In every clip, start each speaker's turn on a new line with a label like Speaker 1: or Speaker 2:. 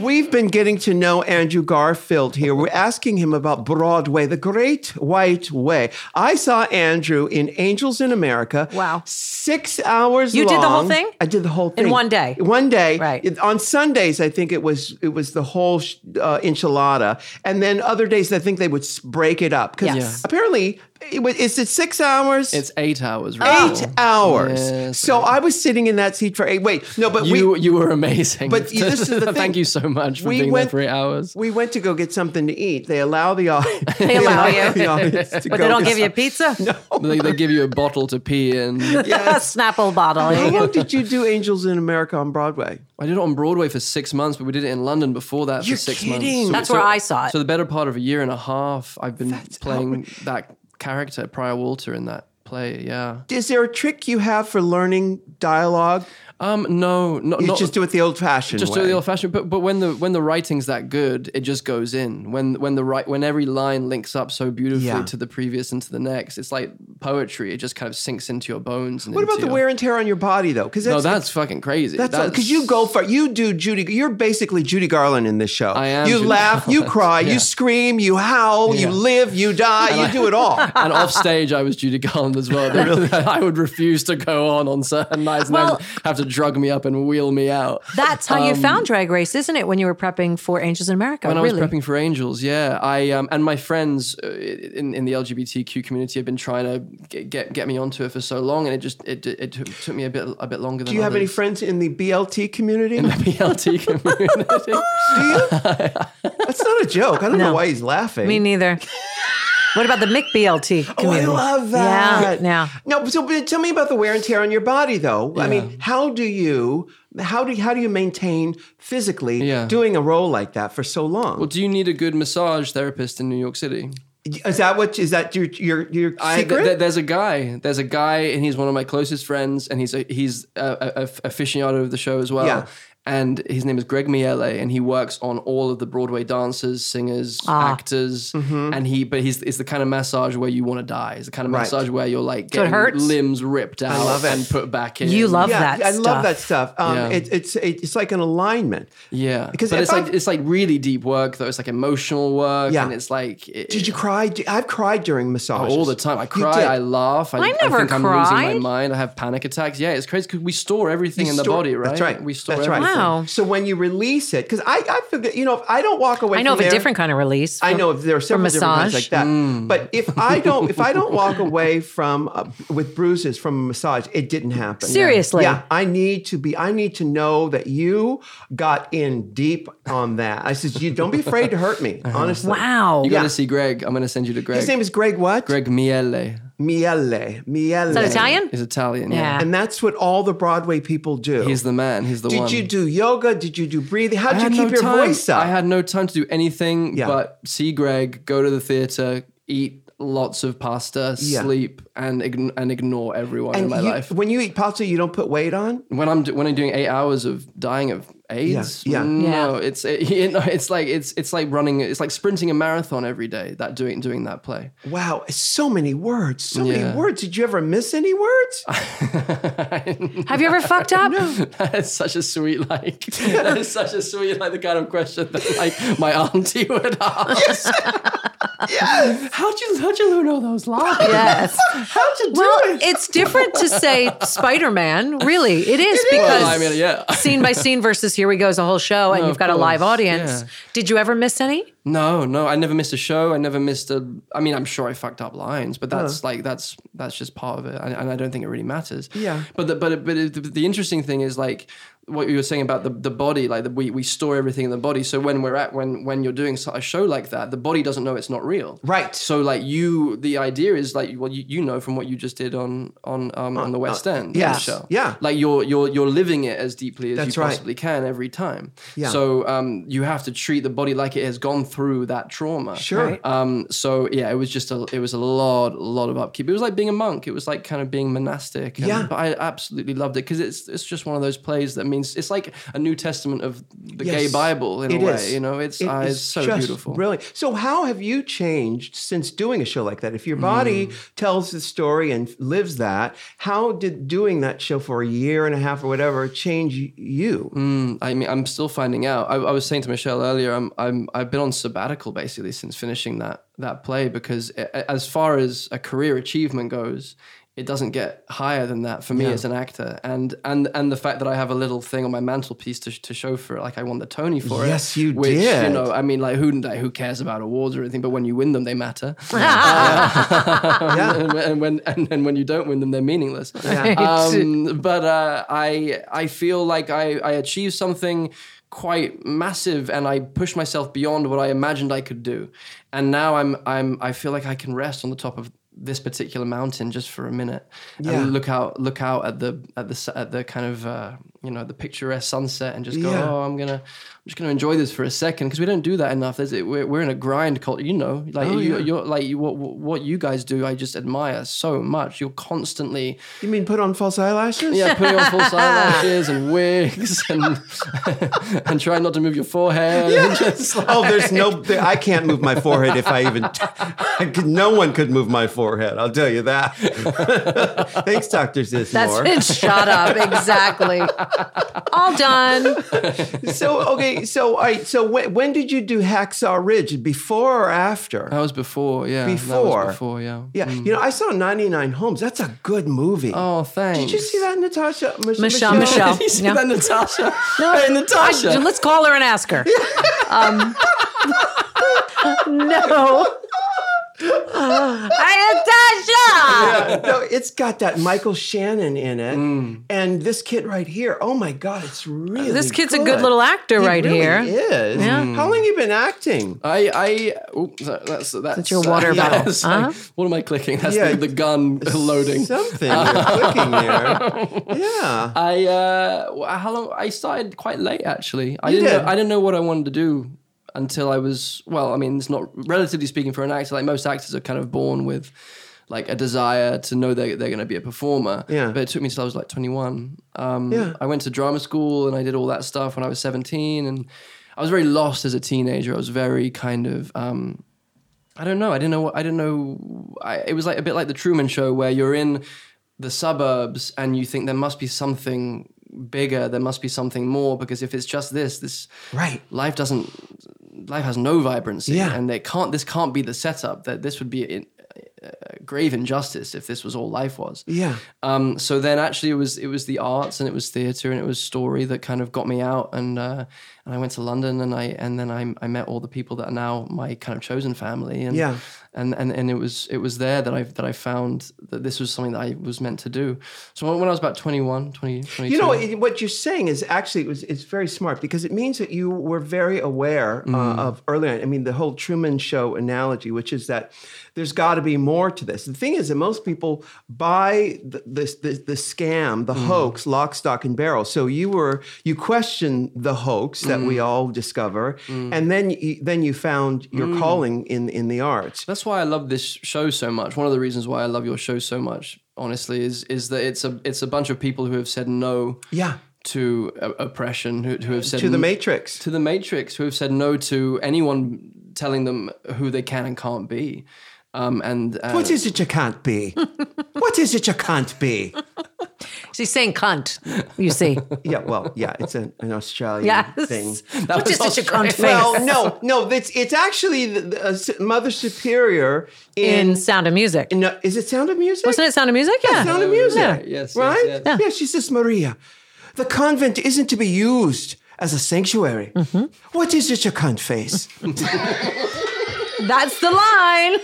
Speaker 1: We've been getting to know Andrew Garfield here. We're asking him about Broadway, the great white way. I saw Andrew in Angels in America.
Speaker 2: Wow.
Speaker 1: Six hours
Speaker 2: You did the whole
Speaker 1: long.
Speaker 2: thing?
Speaker 1: I did the whole thing.
Speaker 2: one day?
Speaker 1: One day.
Speaker 2: Right.
Speaker 1: It- on Sundays, I think it was it was the whole sh- uh, enchilada. And then other days, I think they would s- break it up. 'Cause
Speaker 2: Yes.
Speaker 1: apparently, it was, is it six hours?
Speaker 3: It's eight hours. Right?
Speaker 1: Eight hours.
Speaker 3: Yes,
Speaker 1: so I was sitting in that seat for eight. Wait, no, but we
Speaker 3: You you were amazing.
Speaker 1: But this is the thing.
Speaker 3: Thank you so much for
Speaker 1: We
Speaker 3: being
Speaker 1: went-
Speaker 3: there for eight hours.
Speaker 1: We went to go get something to eat. They allow the audience. They
Speaker 2: allow you.
Speaker 1: the audience to go
Speaker 2: But they don't
Speaker 1: get
Speaker 2: give you pizza? No.
Speaker 3: they, they give you a bottle to pee in.
Speaker 2: Snapple bottle.
Speaker 1: some- How long did you do Angels in America on Broadway?
Speaker 3: I did it on Broadway for six months, but we did it in London before that
Speaker 1: You're
Speaker 3: for six
Speaker 1: kidding.
Speaker 3: months. So-
Speaker 2: That's
Speaker 3: so-
Speaker 2: where I saw it.
Speaker 3: So the better part of a year and a half, I've been playing that character, Prior Walter, in that play. Yeah.
Speaker 1: Is there a trick you have for learning dialogue?
Speaker 3: Um. No. Not.
Speaker 1: You
Speaker 3: not
Speaker 1: just do it the old-fashioned
Speaker 3: just
Speaker 1: way.
Speaker 3: do the old fashioned. But but when the when the writing's that good, it just goes in. When when the right when every line links up so beautifully
Speaker 1: Yeah.
Speaker 3: to the previous and to the next, it's like poetry. It just kind of sinks into your bones. And
Speaker 1: what about the
Speaker 3: into your-
Speaker 1: wear and tear on your body though? Because
Speaker 3: No, that's fucking crazy.
Speaker 1: That's because you go for you do Judy. You're basically Judy Garland in this show.
Speaker 3: I am
Speaker 1: You
Speaker 3: Judy
Speaker 1: laugh, you
Speaker 3: Garland.
Speaker 1: cry, you
Speaker 3: Yeah.
Speaker 1: scream, you howl, you
Speaker 3: Yeah.
Speaker 1: live, you die, you do it all.
Speaker 3: and off stage, I was Judy Garland as well. I would refuse to go on on certain nights
Speaker 2: Well-
Speaker 3: and they'd have to drug me up and wheel me out.
Speaker 2: That's how you found Drag Race, isn't it? When you were prepping for Angels in America,
Speaker 3: Um, when
Speaker 2: Oh, really?
Speaker 3: I was prepping for Angels, yeah, I um, and my friends uh, in, in the LGBTQ community have been trying to get, get get me onto it for so long, and it just it, it took, took me a bit a bit longer.
Speaker 1: Do you have any friends in the BLT community?
Speaker 3: in the BLT community?
Speaker 1: Do you? That's not a joke. I don't know why he's laughing.
Speaker 2: Me neither. what about the Mick BLT
Speaker 1: Oh, I
Speaker 2: community?
Speaker 1: love
Speaker 2: Yeah,
Speaker 1: that.
Speaker 2: yeah.
Speaker 1: No, so but tell me about the wear and tear on your body, though. I mean, how do you how do how do you maintain physically
Speaker 3: Yeah.
Speaker 1: doing a role like that for so long?
Speaker 3: well, do you need a good massage therapist in New York City?
Speaker 1: is that what is that your your your
Speaker 3: I, th-
Speaker 1: secret?
Speaker 3: th- there's a guy. There's a guy, and he's one of my closest friends, and he's a, he's a, a, a aficionado of the show as well.
Speaker 1: Yeah.
Speaker 3: And his name is Greg Miele, and he works on all of the Broadway dancers, singers,
Speaker 1: Ah.
Speaker 3: actors, and he. But he's it's the kind of massage where you want to die. It's the kind of
Speaker 1: Mm-hmm. Right.
Speaker 3: massage where you're like
Speaker 2: it
Speaker 3: getting
Speaker 2: hurts?
Speaker 3: limbs ripped out
Speaker 1: love it.
Speaker 3: and put back in.
Speaker 2: You love that
Speaker 1: I
Speaker 2: stuff.
Speaker 1: love that stuff. Um,
Speaker 3: Yeah.
Speaker 1: it, it's it, it's like an alignment.
Speaker 3: yeah,
Speaker 1: Because
Speaker 3: because but
Speaker 1: if
Speaker 3: it's like
Speaker 1: I've-
Speaker 3: it's like really deep work though. It's like emotional work,
Speaker 1: Yeah.
Speaker 3: and it's like it,
Speaker 1: Did you cry? I've cried during massage
Speaker 3: all the time.
Speaker 1: Oh,
Speaker 3: I
Speaker 1: You
Speaker 3: cry,
Speaker 1: did.
Speaker 3: I laugh. I,
Speaker 2: I never
Speaker 3: think I'm
Speaker 2: cried.
Speaker 3: losing my mind. I have panic attacks. Yeah, it's crazy because we store everything
Speaker 1: You
Speaker 3: in the
Speaker 1: store-
Speaker 3: body, right?
Speaker 1: That's right.
Speaker 3: We store
Speaker 1: That's right.
Speaker 3: everything.
Speaker 2: Wow.
Speaker 1: So when you release it, because I, I forget, you know, if I don't walk away.
Speaker 2: I know of
Speaker 1: from
Speaker 2: a
Speaker 1: there-
Speaker 2: different kind of release.
Speaker 1: I know if there are several different kinds
Speaker 2: massage.
Speaker 1: like that.
Speaker 3: Mm.
Speaker 1: But if I don't, if I don't walk away from uh, with bruises from a massage, it didn't happen.
Speaker 2: Seriously?
Speaker 1: Yeah, I need to be. I need to know that you got in deep on that. I said, you don't be afraid to hurt me.
Speaker 3: Uh-huh.
Speaker 1: Honestly,
Speaker 2: Wow.
Speaker 3: You
Speaker 1: Yeah.
Speaker 3: got to see Greg. I'm going to send you to Greg.
Speaker 1: His name is Greg what?
Speaker 3: Greg Miele.
Speaker 1: Miele. Miele. Is
Speaker 2: that Italian?
Speaker 3: He's Italian.
Speaker 2: Yeah.
Speaker 3: Yeah.
Speaker 1: And that's what all the Broadway people do.
Speaker 3: He's the man. He's the
Speaker 1: Did
Speaker 3: one.
Speaker 1: you do yoga? Did you do breathing? How
Speaker 3: I
Speaker 1: did you
Speaker 3: had
Speaker 1: keep
Speaker 3: no
Speaker 1: your
Speaker 3: time.
Speaker 1: voice up?
Speaker 3: I had no time to do anything
Speaker 1: Yeah.
Speaker 3: but see Greg, go to the theater, eat lots of pasta,
Speaker 1: Yeah.
Speaker 3: sleep, and ign- and ignore everyone in
Speaker 1: and
Speaker 3: my
Speaker 1: you-
Speaker 3: life.
Speaker 1: when you eat pasta, you don't put weight on.
Speaker 3: when I'm do- when I'm doing eight hours of dying of AIDS, mm,
Speaker 1: Yeah, yeah.
Speaker 3: no, it's it, you know, it's like it's it's like running, it's like sprinting a marathon every day. That doing doing that play,
Speaker 1: Wow, so many words, so
Speaker 3: Yeah.
Speaker 1: many words. Did you ever miss any words?
Speaker 2: Have you ever fucked up?
Speaker 3: that is such a sweet like that is such a sweet like the kind of question that like my auntie would ask. How'd you how'd you learn all those lines?
Speaker 2: Yes.
Speaker 1: How'd you do
Speaker 2: Well,
Speaker 1: it?
Speaker 2: it's different to say Spider Man, really. It is because
Speaker 3: Well, I mean, yeah.
Speaker 2: scene by scene versus here we go is a whole show and
Speaker 3: No,
Speaker 2: you've
Speaker 3: of
Speaker 2: got a live
Speaker 3: course,
Speaker 2: audience.
Speaker 3: yeah.
Speaker 2: Did you ever miss any?
Speaker 3: No, no, I never missed a show. I never missed a. I mean, I'm sure I fucked up lines, but that's
Speaker 1: Oh.
Speaker 3: like that's that's just part of it, and, and I don't think it really matters.
Speaker 1: Yeah.
Speaker 3: But the, but it- but it, the, the interesting thing is like what you were saying about the, the body, like the, we we store everything in the body. So when we're at when when you're doing so- a show like that, the body doesn't know it's not real.
Speaker 1: Right.
Speaker 3: So like you, the idea is like well you, you know from what you just did on on um, on the West End. the
Speaker 1: Uh, yes,
Speaker 3: show.
Speaker 1: yeah.
Speaker 3: Like you're you're you're living it as deeply as
Speaker 1: That's
Speaker 3: you
Speaker 1: right.
Speaker 3: possibly can every time.
Speaker 1: Yeah.
Speaker 3: So um, you have to treat the body like it has gone through that trauma.
Speaker 1: Sure. Right.
Speaker 3: Um, so yeah, it was just a it was a lot lot of upkeep. It was like being a monk. It was like kind of being monastic. and-
Speaker 1: Yeah.
Speaker 3: But I absolutely loved it because it's it's just one of those plays that means it's like a New Testament of the gay
Speaker 1: Yes,
Speaker 3: Bible in a
Speaker 1: it
Speaker 3: way.
Speaker 1: is.
Speaker 3: You know, it's
Speaker 1: It
Speaker 3: ah,
Speaker 1: is
Speaker 3: it's so
Speaker 1: just
Speaker 3: beautiful.
Speaker 1: Brilliant. So, how have you changed since doing a show like that? If your
Speaker 3: Mm.
Speaker 1: body tells the story and lives that, how did doing that show for a year and a half or whatever change you?
Speaker 3: Mm, I mean, I'm still finding out. I, I was saying to Michelle earlier, I'm, I'm, I've been on sabbatical basically since finishing that that play because a- a- as far as a career achievement goes, it doesn't get higher than that for me as an actor. And and and the fact that I have a little thing on my mantelpiece to, to show for it, like I won the Tony for it.
Speaker 1: Yes, you
Speaker 3: which, You
Speaker 1: did.
Speaker 3: know, I mean, like who like, who cares about awards or anything? But when you win them, they matter. and, and when and, and when you don't win them, they're meaningless. Um, but uh, I I feel like I I achieved something quite massive, and I pushed myself beyond what I imagined I could do. And now I'm I'm I feel like I can rest on the top of this particular mountain just for a minute
Speaker 1: Yeah.
Speaker 3: and look out look out at the at the s- at the kind of uh, you know the picturesque sunset and just go
Speaker 1: Yeah.
Speaker 3: oh I'm gonna I'm just gonna enjoy this for a second because we don't do that enough. There's, we're, we're in a grind culture, you know. Like
Speaker 1: Oh,
Speaker 3: you,
Speaker 1: yeah.
Speaker 3: you're like you, what what you guys do, I just admire so much. You're constantly
Speaker 1: You mean put on false eyelashes?
Speaker 3: yeah putting on false eyelashes and wigs and and trying not to move your forehead. Just like-
Speaker 1: Oh, there's no. There, I can't move my forehead if I even. I could, no one could move my forehead. I'll tell you that. Thanks, Doctor Zismore.
Speaker 2: That's it. Shut up. Exactly. All done.
Speaker 1: So okay. So all right. So when, when did you do Hacksaw Ridge? Before or after?
Speaker 3: that was before, yeah. Oh, that was
Speaker 1: Before.
Speaker 3: before, yeah. Mm.
Speaker 1: Yeah, you know, I saw 99 Homes. That's a good movie.
Speaker 3: Oh, thanks.
Speaker 1: Did you see that, Natasha? Mich-
Speaker 2: Michelle, Michelle.
Speaker 3: Did you see
Speaker 2: Yeah.
Speaker 3: that, Natasha? Hey, Natasha.
Speaker 2: I- let's call her and ask her. Um, no. Hi, Natasha.
Speaker 1: Yeah, no, it's got that Michael Shannon in it,
Speaker 3: Mm.
Speaker 1: and this kid right here. Oh my God, it's really
Speaker 2: This kid's a good little actor
Speaker 1: He
Speaker 2: right
Speaker 1: really
Speaker 2: here.
Speaker 1: Is
Speaker 2: Yeah.
Speaker 1: how long have you been acting?
Speaker 3: I, I, oop, that- that's, that's,
Speaker 2: your water
Speaker 3: yeah,
Speaker 2: bottle.
Speaker 3: it's like-
Speaker 2: Uh-huh.
Speaker 3: what am I clicking? That's
Speaker 1: Yeah.
Speaker 3: the, the gun loading.
Speaker 1: something. You're clicking there. Yeah.
Speaker 3: I, uh, wh- how long? I started quite late actually. I
Speaker 1: You
Speaker 3: didn't,
Speaker 1: did.
Speaker 3: Know, I didn't know what I wanted to do until I was, well, I mean, it's not relatively speaking for an actor, like most actors are kind of born with like a desire to know they they're going to be a performer.
Speaker 1: Yeah.
Speaker 3: But it took me till I was like 21. Um,
Speaker 1: Yeah.
Speaker 3: I went to drama school and I did all that stuff when I was 17 and I was very lost as a teenager. I was very kind of, um, I don't know. I didn't know. What, I didn't know. I, it was like a bit like the Truman Show, where you're in the suburbs and you think there must be something bigger. There must be something more because if it's just this, this
Speaker 1: Right.
Speaker 3: life doesn't. Life has no vibrancy,
Speaker 1: Yeah.
Speaker 3: and they can't. This can't be the setup. That this would be in, a grave injustice if this was all life was.
Speaker 1: Yeah.
Speaker 3: Um, so then actually it was it was the arts and it was theatre and it was story that kind of got me out and uh, and I went to London and I and then I, I met all the people that are now my kind of chosen family and
Speaker 1: Yeah.
Speaker 3: and, and and it was it was there that I that I found that this was something that I was meant to do. So when, when I was about 21, 20, 22,
Speaker 1: You know it- what you're saying is actually it was, it's very smart because it means that you were very aware
Speaker 3: Mm.
Speaker 1: uh, of earlier. I mean, the whole Truman Show analogy, which is that there's got to be more to this. The thing is that most people buy the the, the, the scam, the
Speaker 3: Mm.
Speaker 1: hoax, lock, stock, and barrel. So you were you questioned the hoax that
Speaker 3: Mm.
Speaker 1: we all discover, and then you, then you found your
Speaker 3: Mm.
Speaker 1: calling in in the arts.
Speaker 3: That's why I love this show so much. One of the reasons why I love your show so much, honestly, is is that it's a it's a bunch of people who have said no
Speaker 1: Yeah,
Speaker 3: to uh, oppression, who, who have said
Speaker 1: to the
Speaker 3: n-
Speaker 1: Matrix.
Speaker 3: Mm. to the Matrix, who have said no to anyone telling them who they can and can't be. Um, and uh,
Speaker 1: What is it you can't be? what is it you can't be?
Speaker 2: She's saying cunt, you see.
Speaker 1: Yeah, well, yeah, it's an, an Australian
Speaker 2: Yes.
Speaker 1: thing.
Speaker 2: Which is
Speaker 3: was
Speaker 2: such a cunt face.
Speaker 1: Well, no, no, it's it's actually the, the, uh, S- Mother Superior in,
Speaker 2: in Sound of Music.
Speaker 1: no, is it Sound of Music?
Speaker 2: Wasn't it Sound of Music? Yeah.
Speaker 1: Sound of Music?
Speaker 3: Yeah, yes, yes,
Speaker 1: right.
Speaker 3: yes.
Speaker 1: Yeah. she says Maria, the convent isn't to be used as a sanctuary.
Speaker 2: Mm-hmm.
Speaker 1: What is it you can't face?
Speaker 2: That's the line.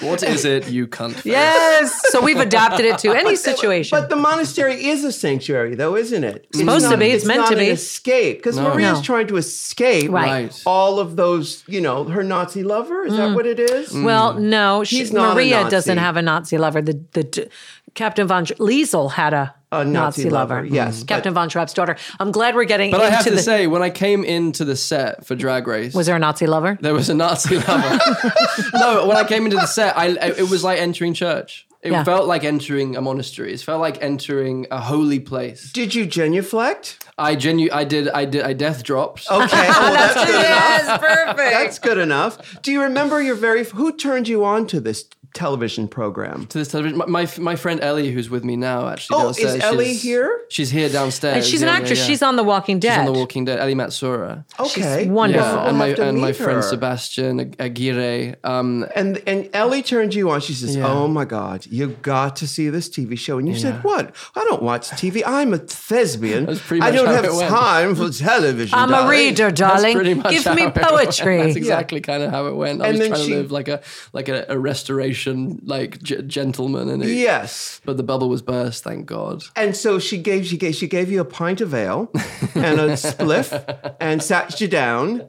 Speaker 3: What is it, you cunt? Face?
Speaker 2: Yes. So we've adapted it to any situation.
Speaker 1: But the monastery is a sanctuary, though, isn't it? It's
Speaker 2: supposed to
Speaker 1: not-
Speaker 2: be. It's meant
Speaker 1: not
Speaker 2: to
Speaker 1: an
Speaker 2: be.
Speaker 1: escape because Maria's
Speaker 2: No.
Speaker 1: trying to escape
Speaker 2: Right.
Speaker 3: Right.
Speaker 1: all of those. You know, her Nazi lover. Is
Speaker 2: Mm.
Speaker 1: that what it is?
Speaker 3: Mm.
Speaker 2: Well, no, she,
Speaker 1: Mm. He's not a
Speaker 2: Maria
Speaker 1: Nazi.
Speaker 2: doesn't have a Nazi lover. The the d- Captain von Sch- Liesel had a,
Speaker 1: Nazi lover,
Speaker 3: Mm-hmm.
Speaker 1: yes,
Speaker 2: Captain von Trapp's daughter. I'm glad we're getting
Speaker 3: But
Speaker 2: into
Speaker 3: I have to
Speaker 2: the.
Speaker 3: say, when I came into the set for Drag Race,
Speaker 2: was there a Nazi lover?
Speaker 3: there was a Nazi lover. no, when I came into the set, I it was like entering church. It
Speaker 2: Yeah.
Speaker 3: felt like entering a monastery. It felt like entering a holy place.
Speaker 1: Did you genuflect?
Speaker 3: I genu- I did. I did. I death dropped.
Speaker 1: Okay, well, that's good enough.
Speaker 2: yes, perfect.
Speaker 1: That's good enough. Do you remember your very who turned you on to this television program?
Speaker 3: to this television. My, my my friend Ellie, who's with me now, actually.
Speaker 1: Oh, is
Speaker 3: downstairs,
Speaker 1: Ellie
Speaker 3: she's-
Speaker 1: here?
Speaker 3: She's here downstairs.
Speaker 2: and she's an
Speaker 3: Yeah, yeah,
Speaker 2: actress.
Speaker 3: yeah.
Speaker 2: She's on The Walking Dead.
Speaker 3: She's on The Walking Dead. Ellie Matsura.
Speaker 1: Okay,
Speaker 2: wonderful.
Speaker 1: Well,
Speaker 2: Yeah,
Speaker 1: Oh, we'll
Speaker 3: and my
Speaker 1: have to
Speaker 3: and my
Speaker 1: meet
Speaker 3: friend
Speaker 1: her.
Speaker 3: Sebastian Aguirre. Um,
Speaker 1: And and Ellie turned you on. She says,
Speaker 3: Yeah.
Speaker 1: "Oh my God, you got to see this TV show." And you said, "What? I don't watch TV. I'm a thespian.
Speaker 3: That's pretty
Speaker 1: I
Speaker 3: much
Speaker 1: don't
Speaker 3: how
Speaker 1: have
Speaker 3: it went."
Speaker 1: time for television."
Speaker 2: I'm a
Speaker 1: darling."
Speaker 2: reader,
Speaker 3: that's
Speaker 2: darling.
Speaker 3: pretty much
Speaker 2: Give
Speaker 3: how
Speaker 2: me
Speaker 3: it went. That's
Speaker 2: poetry.
Speaker 3: exactly kind of how it went. I
Speaker 1: And
Speaker 3: was
Speaker 1: then
Speaker 3: trying
Speaker 1: she-
Speaker 3: to live like a like a, a restoration like g- gentleman, and it,
Speaker 1: Yes.
Speaker 3: But the bubble was burst. Thank God.
Speaker 1: And so she gave she gave she gave you a pint of ale and a spliff and sat you down.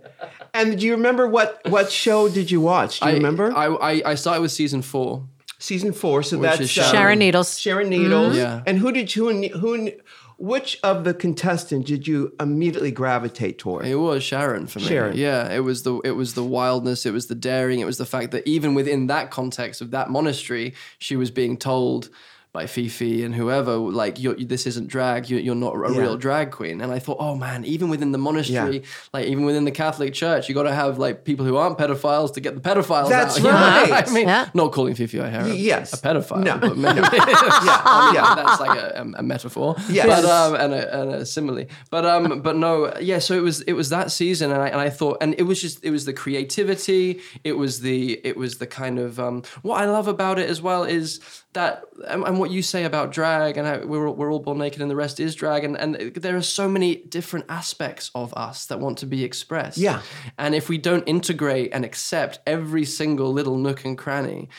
Speaker 1: And do you remember what what show did you watch? Do you
Speaker 3: I
Speaker 1: remember
Speaker 3: I, I I started with season four.
Speaker 1: season four? So that's
Speaker 3: is Mm-hmm.
Speaker 1: uh,
Speaker 2: Sharon Needles.
Speaker 1: Sharon Needles.
Speaker 3: Yeah.
Speaker 1: And who did who kn- who kn- which of the contestants did you immediately gravitate toward?
Speaker 3: It was Sharon for me.
Speaker 1: Sharon.
Speaker 3: Yeah, it was the it was the wildness, it was the daring, it was the fact that even within that context of that monastery, she was being told by Fifi and whoever, like, you're, this isn't drag, you're, you're not a real drag queen. And I thought, oh man, even within the monastery,
Speaker 1: Yeah.
Speaker 3: like, even within the Catholic Church, you got to have, like, people who aren't pedophiles to get the pedophiles
Speaker 1: That's
Speaker 3: out. You know what
Speaker 1: right.
Speaker 3: I mean,
Speaker 2: Yeah.
Speaker 3: not calling Fifi O'Hara
Speaker 1: Yes.
Speaker 3: a pedophile.
Speaker 1: No.
Speaker 3: But maybe,
Speaker 1: Yeah, yeah.
Speaker 3: that's like a, a metaphor.
Speaker 1: Yes.
Speaker 3: But, um, and, a, and a simile. But um, but no, yeah. So it was it was that season, and I and I thought, and it was just it was the creativity. It was the it was the kind of um, what I love about it as well is that um, and, and what you say about drag, and how we're all- we're all born naked, and the rest is drag, and and there are so many different aspects of us that want to be expressed.
Speaker 1: Yeah.
Speaker 3: And if we don't integrate and accept every single little nook and cranny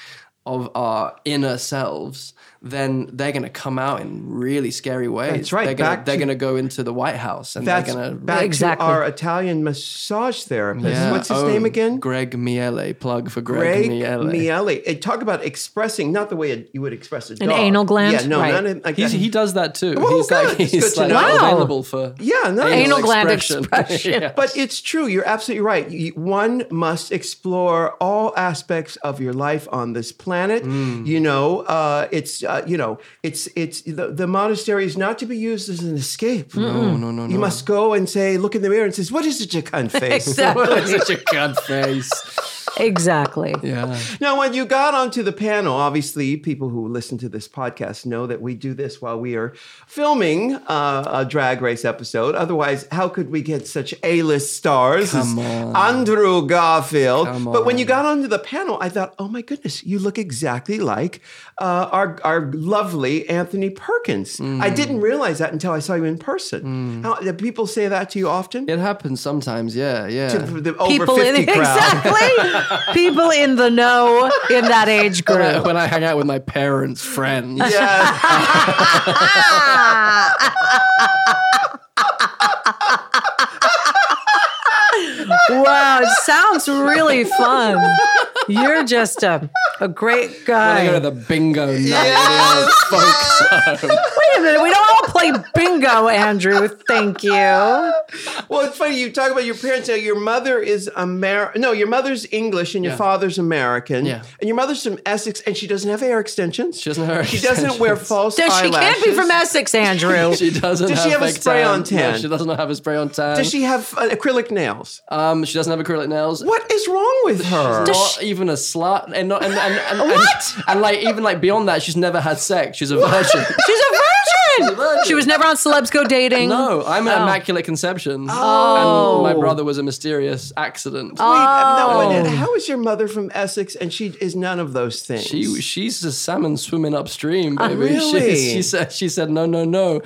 Speaker 3: of our inner selves, then they're going to come out in really scary ways.
Speaker 1: That's right.
Speaker 3: They're going
Speaker 1: Back
Speaker 3: to they're
Speaker 1: to-
Speaker 3: going to go into the White House and they're
Speaker 1: That's
Speaker 3: going to.
Speaker 1: back
Speaker 2: Exactly.
Speaker 1: to our Italian massage therapist.
Speaker 3: Yeah.
Speaker 1: What's his
Speaker 3: Oh,
Speaker 1: name again?
Speaker 3: Greg Miele. Plug for
Speaker 1: Greg
Speaker 3: Greg, Miele.
Speaker 1: Miele. It talk about expressing, not the way it, you would express a dog.
Speaker 2: anal gland?
Speaker 1: Yeah, no,
Speaker 2: Right.
Speaker 1: none of, like
Speaker 3: He's,
Speaker 1: that.
Speaker 3: he does that too.
Speaker 1: Oh,
Speaker 3: he's
Speaker 1: good.
Speaker 3: like
Speaker 1: It's good
Speaker 3: he's
Speaker 1: to
Speaker 3: like
Speaker 1: know.
Speaker 2: Wow.
Speaker 3: available for
Speaker 1: Yeah, nice.
Speaker 2: Anal gland expression.
Speaker 3: Yeah.
Speaker 1: But it's true. You're absolutely right. You, one must explore all aspects of your life on this planet. You know, uh, it's uh, you know, it's it's the, the monastery is not to be used as an escape. No,
Speaker 3: no, no,
Speaker 1: You must go and say, look in the mirror and says, "What is it, your cunt face?"
Speaker 2: Exactly.
Speaker 3: such a cunt face.
Speaker 2: exactly.
Speaker 3: Yeah.
Speaker 1: Now, when you got onto the panel, obviously, people who listen to this podcast know that we do this while we are filming uh, a drag race episode. Otherwise, how could we get such A list stars
Speaker 3: Come
Speaker 1: as
Speaker 3: on.
Speaker 1: Andrew Garfield?
Speaker 3: Come
Speaker 1: But when you
Speaker 3: on.
Speaker 1: got onto the panel, I thought, oh my goodness, you look exactly like uh, our, our lovely Anthony Perkins.
Speaker 3: Mm.
Speaker 1: I didn't realize that until I saw you in person. How, do people say that to you often?
Speaker 3: It happens sometimes. Yeah. Yeah.
Speaker 1: The over
Speaker 2: People
Speaker 1: 50
Speaker 2: in
Speaker 1: crowd.
Speaker 2: exactly people in the know in that age
Speaker 3: When I-
Speaker 2: group.
Speaker 3: when I hang out with my parents' friends.
Speaker 1: Yeah.
Speaker 2: wow, it sounds really fun. You're just a, a great
Speaker 3: When
Speaker 2: guy.
Speaker 3: I go to the bingo night.
Speaker 1: Yes.
Speaker 3: Yeah, folks.
Speaker 2: Wait a minute, we don't all play bingo, Andrew. Thank you.
Speaker 1: Well, it's funny. You talk about your parents. Now, your mother is American. No, your mother's English and your
Speaker 3: Yeah.
Speaker 1: father's American.
Speaker 3: Yeah.
Speaker 1: And your mother's from Essex, and she doesn't have hair extensions.
Speaker 3: She doesn't have hair
Speaker 1: She doesn't wear
Speaker 3: extensions.
Speaker 1: false
Speaker 2: So she
Speaker 1: eyelashes.
Speaker 2: can't be from Essex, Andrew.
Speaker 3: She doesn't.
Speaker 1: Does
Speaker 3: have
Speaker 1: she have a
Speaker 3: fake
Speaker 1: spray-on
Speaker 3: No,
Speaker 1: tan?
Speaker 3: she doesn't have a spray on tan.
Speaker 1: Does she have uh, acrylic nails?
Speaker 3: Um, she doesn't have acrylic nails.
Speaker 1: What is wrong with her?
Speaker 3: Not even a slut, and not and and, and, what? And, and like even like beyond that, she's never had sex. She's a virgin.
Speaker 2: She's a virgin.
Speaker 3: virgin.
Speaker 2: She was never on Celebs Go Dating.
Speaker 3: no, I'm an
Speaker 2: Oh.
Speaker 3: immaculate conception.
Speaker 1: Oh.
Speaker 3: and my brother was a mysterious accident.
Speaker 1: Wait, no,
Speaker 2: Oh.
Speaker 1: and how is your mother from Essex and she is none of those things?
Speaker 3: She she's a salmon swimming upstream, baby.
Speaker 1: Ah, really?
Speaker 3: She, she said she said no no no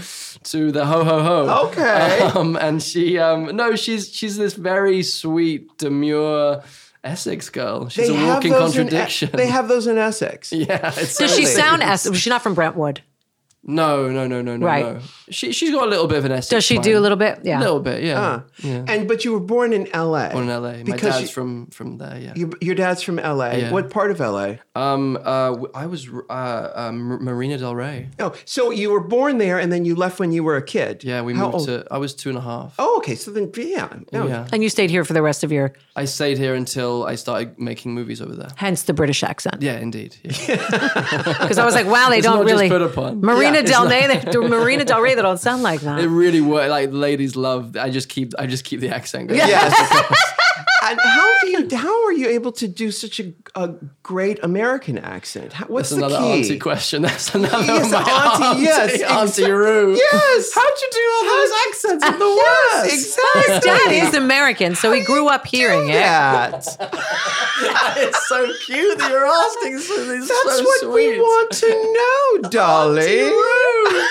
Speaker 3: to the ho ho ho.
Speaker 1: Okay.
Speaker 3: Um, and she um no she's she's this very sweet demure Essex girl. She's
Speaker 1: They
Speaker 3: a
Speaker 1: have
Speaker 3: walking
Speaker 1: those in E-
Speaker 3: contradiction.
Speaker 1: they have those in Essex.
Speaker 3: yeah. it's
Speaker 2: Does she
Speaker 3: amazing.
Speaker 2: sound Essex? She's not from Brentwood.
Speaker 3: No, no, no, no, no,
Speaker 4: Right.
Speaker 3: no. She she's got a little bit of an Essex.
Speaker 4: Does she do a
Speaker 3: twang.
Speaker 4: little bit? Yeah.
Speaker 3: A little bit, yeah.
Speaker 1: Huh.
Speaker 3: yeah.
Speaker 1: And but you were born in L.A.
Speaker 3: Born in LA. My
Speaker 1: Ah. because
Speaker 3: dad's
Speaker 1: you-
Speaker 3: from from there. Yeah.
Speaker 1: Your, your dad's from L.A.
Speaker 3: Yeah.
Speaker 1: What part of L.A.?
Speaker 3: Um. Uh. w- I was uh, uh Mar- Marina Del Rey.
Speaker 1: Oh, so you were born there and then you left when you were a kid.
Speaker 3: Yeah. We
Speaker 1: How
Speaker 3: moved
Speaker 1: old-
Speaker 3: to. I was two and a half.
Speaker 1: Oh, okay. So then, yeah. No,
Speaker 3: yeah.
Speaker 4: And you stayed here for the rest of your,
Speaker 3: I stayed here until I started making movies over there.
Speaker 4: hence the British accent.
Speaker 3: Yeah, indeed. Yeah.
Speaker 4: Because I was like, wow, they
Speaker 3: It's
Speaker 4: don't
Speaker 3: not just
Speaker 4: really.
Speaker 3: put upon.
Speaker 4: Marina
Speaker 3: Yeah, it's
Speaker 4: Del Rey, they, Marina Del Rey, they don't sound like that.
Speaker 3: It really worked. Like ladies love. I just keep. I just keep the accent going.
Speaker 1: Yes. and how do you? How are you able to do such a, a great American accent? How, what's
Speaker 3: That's another
Speaker 1: the key?
Speaker 3: auntie question. That's another
Speaker 1: Yes,
Speaker 3: yes, my
Speaker 1: auntie,
Speaker 3: auntie,
Speaker 1: yes,
Speaker 3: auntie
Speaker 1: exact-
Speaker 3: Roo.
Speaker 1: Yes.
Speaker 3: How'd you do all those accents in the worst?
Speaker 1: Exactly.
Speaker 4: Dad is American, so he grew up hearing it.
Speaker 1: That.
Speaker 3: it's so cute that you're asking. So, it's
Speaker 1: That's
Speaker 3: so
Speaker 1: what we
Speaker 3: sweet.
Speaker 1: want to know, darling.
Speaker 3: Eh?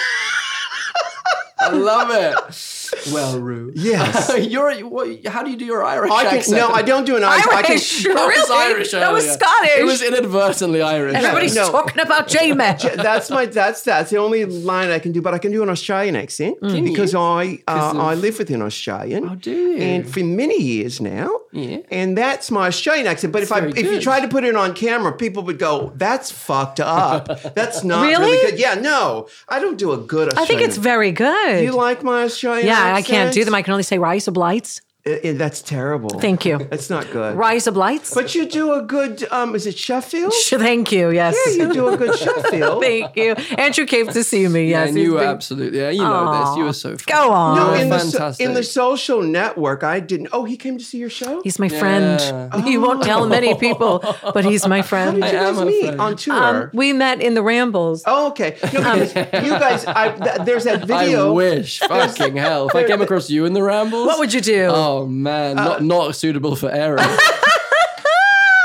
Speaker 3: I love it. Well, Roo.
Speaker 1: Yes.
Speaker 3: you're. What, how do you do your Irish
Speaker 1: I can,
Speaker 3: accent?
Speaker 1: no, I don't do an Irish. I can,
Speaker 4: Irish.
Speaker 3: That was
Speaker 4: Really?
Speaker 3: Irish.
Speaker 4: That was
Speaker 3: earlier.
Speaker 4: Scottish.
Speaker 3: It was inadvertently Irish.
Speaker 4: Everybody's
Speaker 1: No.
Speaker 4: talking about J-Man.
Speaker 1: that's my that's that's the only line I can do, but I can do an Australian accent because I uh,
Speaker 3: of-
Speaker 1: I live with an Australian.
Speaker 3: Oh, do you?
Speaker 1: And for many years now.
Speaker 3: Yeah.
Speaker 1: And that's my Australian accent. But if I
Speaker 3: very
Speaker 1: if you
Speaker 3: good.
Speaker 1: tried to put it on camera, people would go, "That's fucked up. That's not really?
Speaker 4: Really?
Speaker 1: good." Yeah, no, I don't do a good. Australian
Speaker 4: I think it's very good.
Speaker 1: Do you like my Australian?
Speaker 4: yeah, I can't do them.
Speaker 1: accent?
Speaker 4: I can only say Rise of Lights.
Speaker 1: Uh, uh, that's terrible.
Speaker 4: Thank you.
Speaker 1: That's not good.
Speaker 4: Rise of Lights.
Speaker 1: But you do a good. Um, is it Sheffield?
Speaker 4: Thank you. Yes.
Speaker 1: Yeah, you do a good Sheffield.
Speaker 4: Thank you. Andrew came to see me. Yes.
Speaker 3: and
Speaker 4: he's
Speaker 3: you were
Speaker 4: been-
Speaker 3: absolutely. Yeah, you know this. You were so. Funny.
Speaker 4: Go on.
Speaker 1: No,
Speaker 3: Oh,
Speaker 1: in the, so-
Speaker 3: fantastic.
Speaker 1: in the social network, I didn't. Oh, he came to see your show?
Speaker 4: He's my friend.
Speaker 3: Yeah. Oh.
Speaker 4: He won't tell many people, but he's my friend.
Speaker 1: Did you guys
Speaker 3: am a
Speaker 1: meet
Speaker 3: friend.
Speaker 1: on tour?
Speaker 4: Um, we Um, met in the Rambles.
Speaker 1: oh, okay. No, because you guys, I, th- there's that video.
Speaker 3: I wish. Fucking hell. If I came across you in the rambles.
Speaker 4: What would you do?
Speaker 3: Oh man,
Speaker 1: Uh,
Speaker 3: not not suitable for air.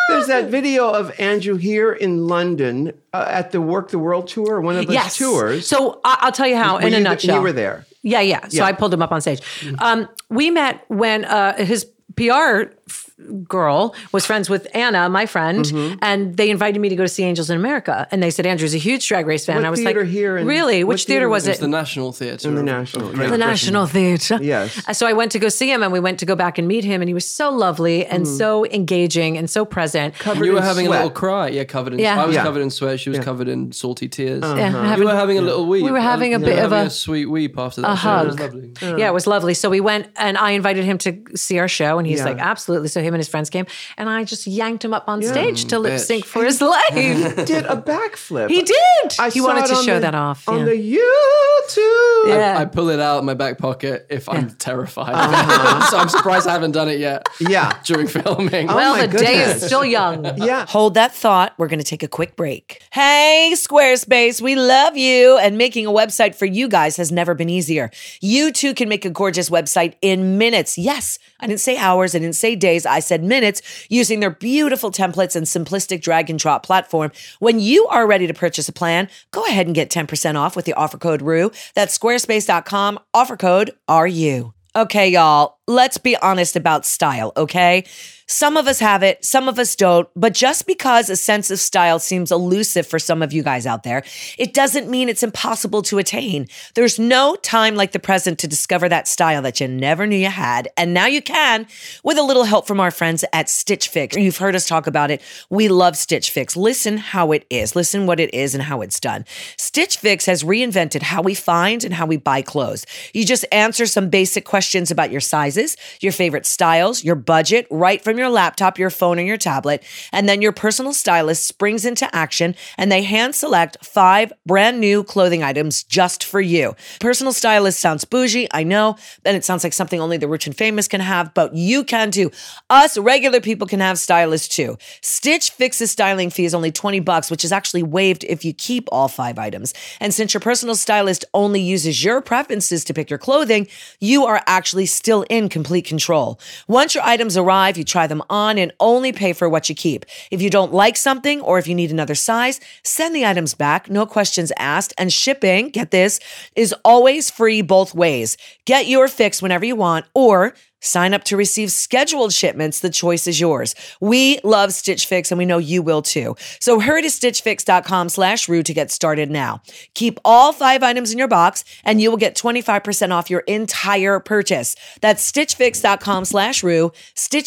Speaker 1: There's that video of Andrew here in London uh, at the Work the World tour, one of his
Speaker 4: yes.
Speaker 1: tours.
Speaker 4: So I- I'll tell you how
Speaker 1: Were
Speaker 4: in a
Speaker 1: you, the-
Speaker 4: nutshell.
Speaker 1: You were there.
Speaker 4: Yeah, yeah. So
Speaker 1: Yeah. Mm-hmm.
Speaker 4: I pulled him up on stage. Um, we met when uh, his PR f- girl was friends with Anna, my friend,
Speaker 1: Mm-hmm.
Speaker 4: and they invited me to go to see Angels in America. And they said Andrew's a huge Drag Race fan.
Speaker 1: What
Speaker 4: and I was
Speaker 1: theater
Speaker 4: like,
Speaker 1: here in-
Speaker 4: really?
Speaker 1: what
Speaker 4: Which theater
Speaker 1: theater
Speaker 4: was
Speaker 1: was
Speaker 4: it?
Speaker 3: It's the National Theatre.
Speaker 1: The
Speaker 3: of-
Speaker 1: National
Speaker 3: of
Speaker 1: Theatre.
Speaker 3: Great
Speaker 4: the
Speaker 3: Britain.
Speaker 4: National Theater.
Speaker 1: Yes.
Speaker 4: Uh, So I went to go see him, and we went to go back and meet him, and he was so lovely and
Speaker 1: Mm.
Speaker 4: so engaging and so present.
Speaker 1: Covered
Speaker 3: You were
Speaker 1: in
Speaker 3: having
Speaker 1: sweat.
Speaker 3: a little cry. Yeah, covered in.
Speaker 4: Yeah.
Speaker 3: I was
Speaker 1: Yeah.
Speaker 3: covered in sweat. She was covered in salty tears.
Speaker 4: Yeah,
Speaker 3: You
Speaker 4: eh, having-
Speaker 3: were having a little weep.
Speaker 4: We were
Speaker 3: and
Speaker 4: having a
Speaker 3: you
Speaker 4: bit
Speaker 3: were
Speaker 4: of
Speaker 3: having
Speaker 4: a-
Speaker 3: sweet weep after that. A It was
Speaker 4: hug.
Speaker 3: lovely.
Speaker 4: Yeah, it was lovely. So we went and I invited him to see our show and he's
Speaker 1: Yeah.
Speaker 4: like, absolutely. So him and his friends came and I just yanked him up on stage to lip
Speaker 3: bitch.
Speaker 4: sync for his life.
Speaker 1: Did a backflip.
Speaker 4: he did.
Speaker 1: I
Speaker 4: he
Speaker 1: saw
Speaker 4: wanted
Speaker 1: it
Speaker 4: to
Speaker 1: on
Speaker 4: show
Speaker 1: the-
Speaker 4: that off.
Speaker 1: On
Speaker 4: yeah.
Speaker 1: the oh YouTube.
Speaker 4: Yeah. Oh,
Speaker 3: I pull it out of my back pocket if I'm terrified. so I'm surprised I haven't done it yet
Speaker 1: Yeah.
Speaker 3: during filming.
Speaker 4: well,
Speaker 1: my
Speaker 4: the day is
Speaker 1: goodness.
Speaker 4: still young.
Speaker 1: Yeah.
Speaker 2: Hold that thought. We're going to take a quick break. Hey, Squarespace, we love you. And making a website for you guys has never been easier. You too can make a gorgeous website in minutes. Yes, I didn't say hours, I didn't say days, I said minutes using their beautiful templates and simplistic drag and drop platform. When you are ready to purchase a plan, go ahead and get 10% off with the offer code RU. That's squarespace.com, offer code RU. Okay, y'all, let's be honest about style, okay? Some of us have it, some of us don't, but just because a sense of style seems elusive for some of you guys out there, it doesn't mean it's impossible to attain. There's no time like the present to discover that style that you never knew you had, and now you can with a little help from our friends at Stitch Fix. You've heard us talk about it. We love Stitch Fix. Listen how it is, listen what it is and how it's done. Stitch Fix has reinvented how we find and how we buy clothes. You just answer some basic questions about your sizes, your favorite styles, your budget, right from your laptop, your phone, or your tablet. And then your personal stylist springs into action and they hand select five brand new clothing items just for you. Personal stylist sounds bougie, I know, and it sounds like something only the rich and famous can have, but you can too. Us regular people can have stylists too. Stitch Fix's styling fee is only 20 bucks, which is actually waived if you keep all five items. And since your personal stylist only uses your preferences to pick your clothing, you are actually still in complete control. Once your items arrive, you try them on and only pay for what you keep. If you don't like something or if you need another size, send the items back, no questions asked, and shipping, get this, is always free both ways. Get your fix whenever you want or
Speaker 5: Sign up to receive scheduled shipments. The choice is yours. We love Stitch Fix and we know you will too. So hurry to stitchfix.com slash rue to get started now. Keep all five items in your box and you will get 25% off your entire purchase. That's stitchfix.com slash rue,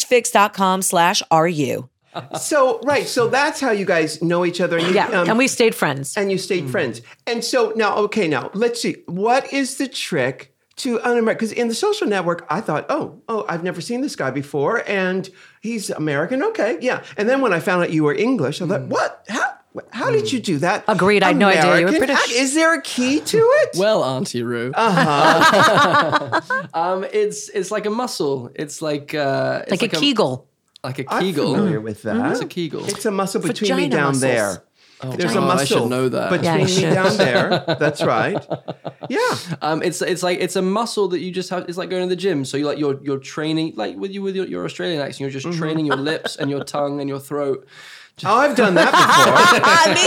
Speaker 5: stitchfix.com slash RU.
Speaker 1: So right, so that's how you guys know each other. And you,
Speaker 2: Yeah.
Speaker 1: um,
Speaker 2: and we stayed friends.
Speaker 1: and you stayed
Speaker 3: Hmm.
Speaker 1: friends. And so now, okay, now let's see. What is the trick to un American? Because in the social network, I thought, oh, oh, I've never seen this guy before, and he's American. Okay, yeah. And then when I found out you were English, I thought,
Speaker 3: Hmm.
Speaker 1: what? How? How did you do that?
Speaker 2: Agreed, I had no idea you were
Speaker 1: American?
Speaker 2: British.
Speaker 1: Ah, Is there a key to it?
Speaker 3: Well, Auntie Roo.
Speaker 4: Uh-huh.
Speaker 3: um, it's it's like a muscle. It's like uh, it's
Speaker 2: like, a Kegel.
Speaker 3: like a
Speaker 1: I'm familiar
Speaker 3: Kegel. Mm-hmm.
Speaker 1: with that.
Speaker 3: It's a Kegel.
Speaker 1: It's a muscle between me
Speaker 2: Vagina
Speaker 1: down
Speaker 2: muscles.
Speaker 1: there. There's a
Speaker 3: wow, I should
Speaker 1: muscle
Speaker 3: know that.
Speaker 1: between
Speaker 2: Yeah, you
Speaker 1: me
Speaker 2: should.
Speaker 1: down there. That's right. Yeah.
Speaker 3: Um, it's it's like it's a muscle that you just have. It's like going to the gym. So you like you're you're training like with you with your, your Australian accent. You're
Speaker 4: Mm-hmm.
Speaker 3: just training your lips and your tongue and your throat
Speaker 1: Oh, I've done that before.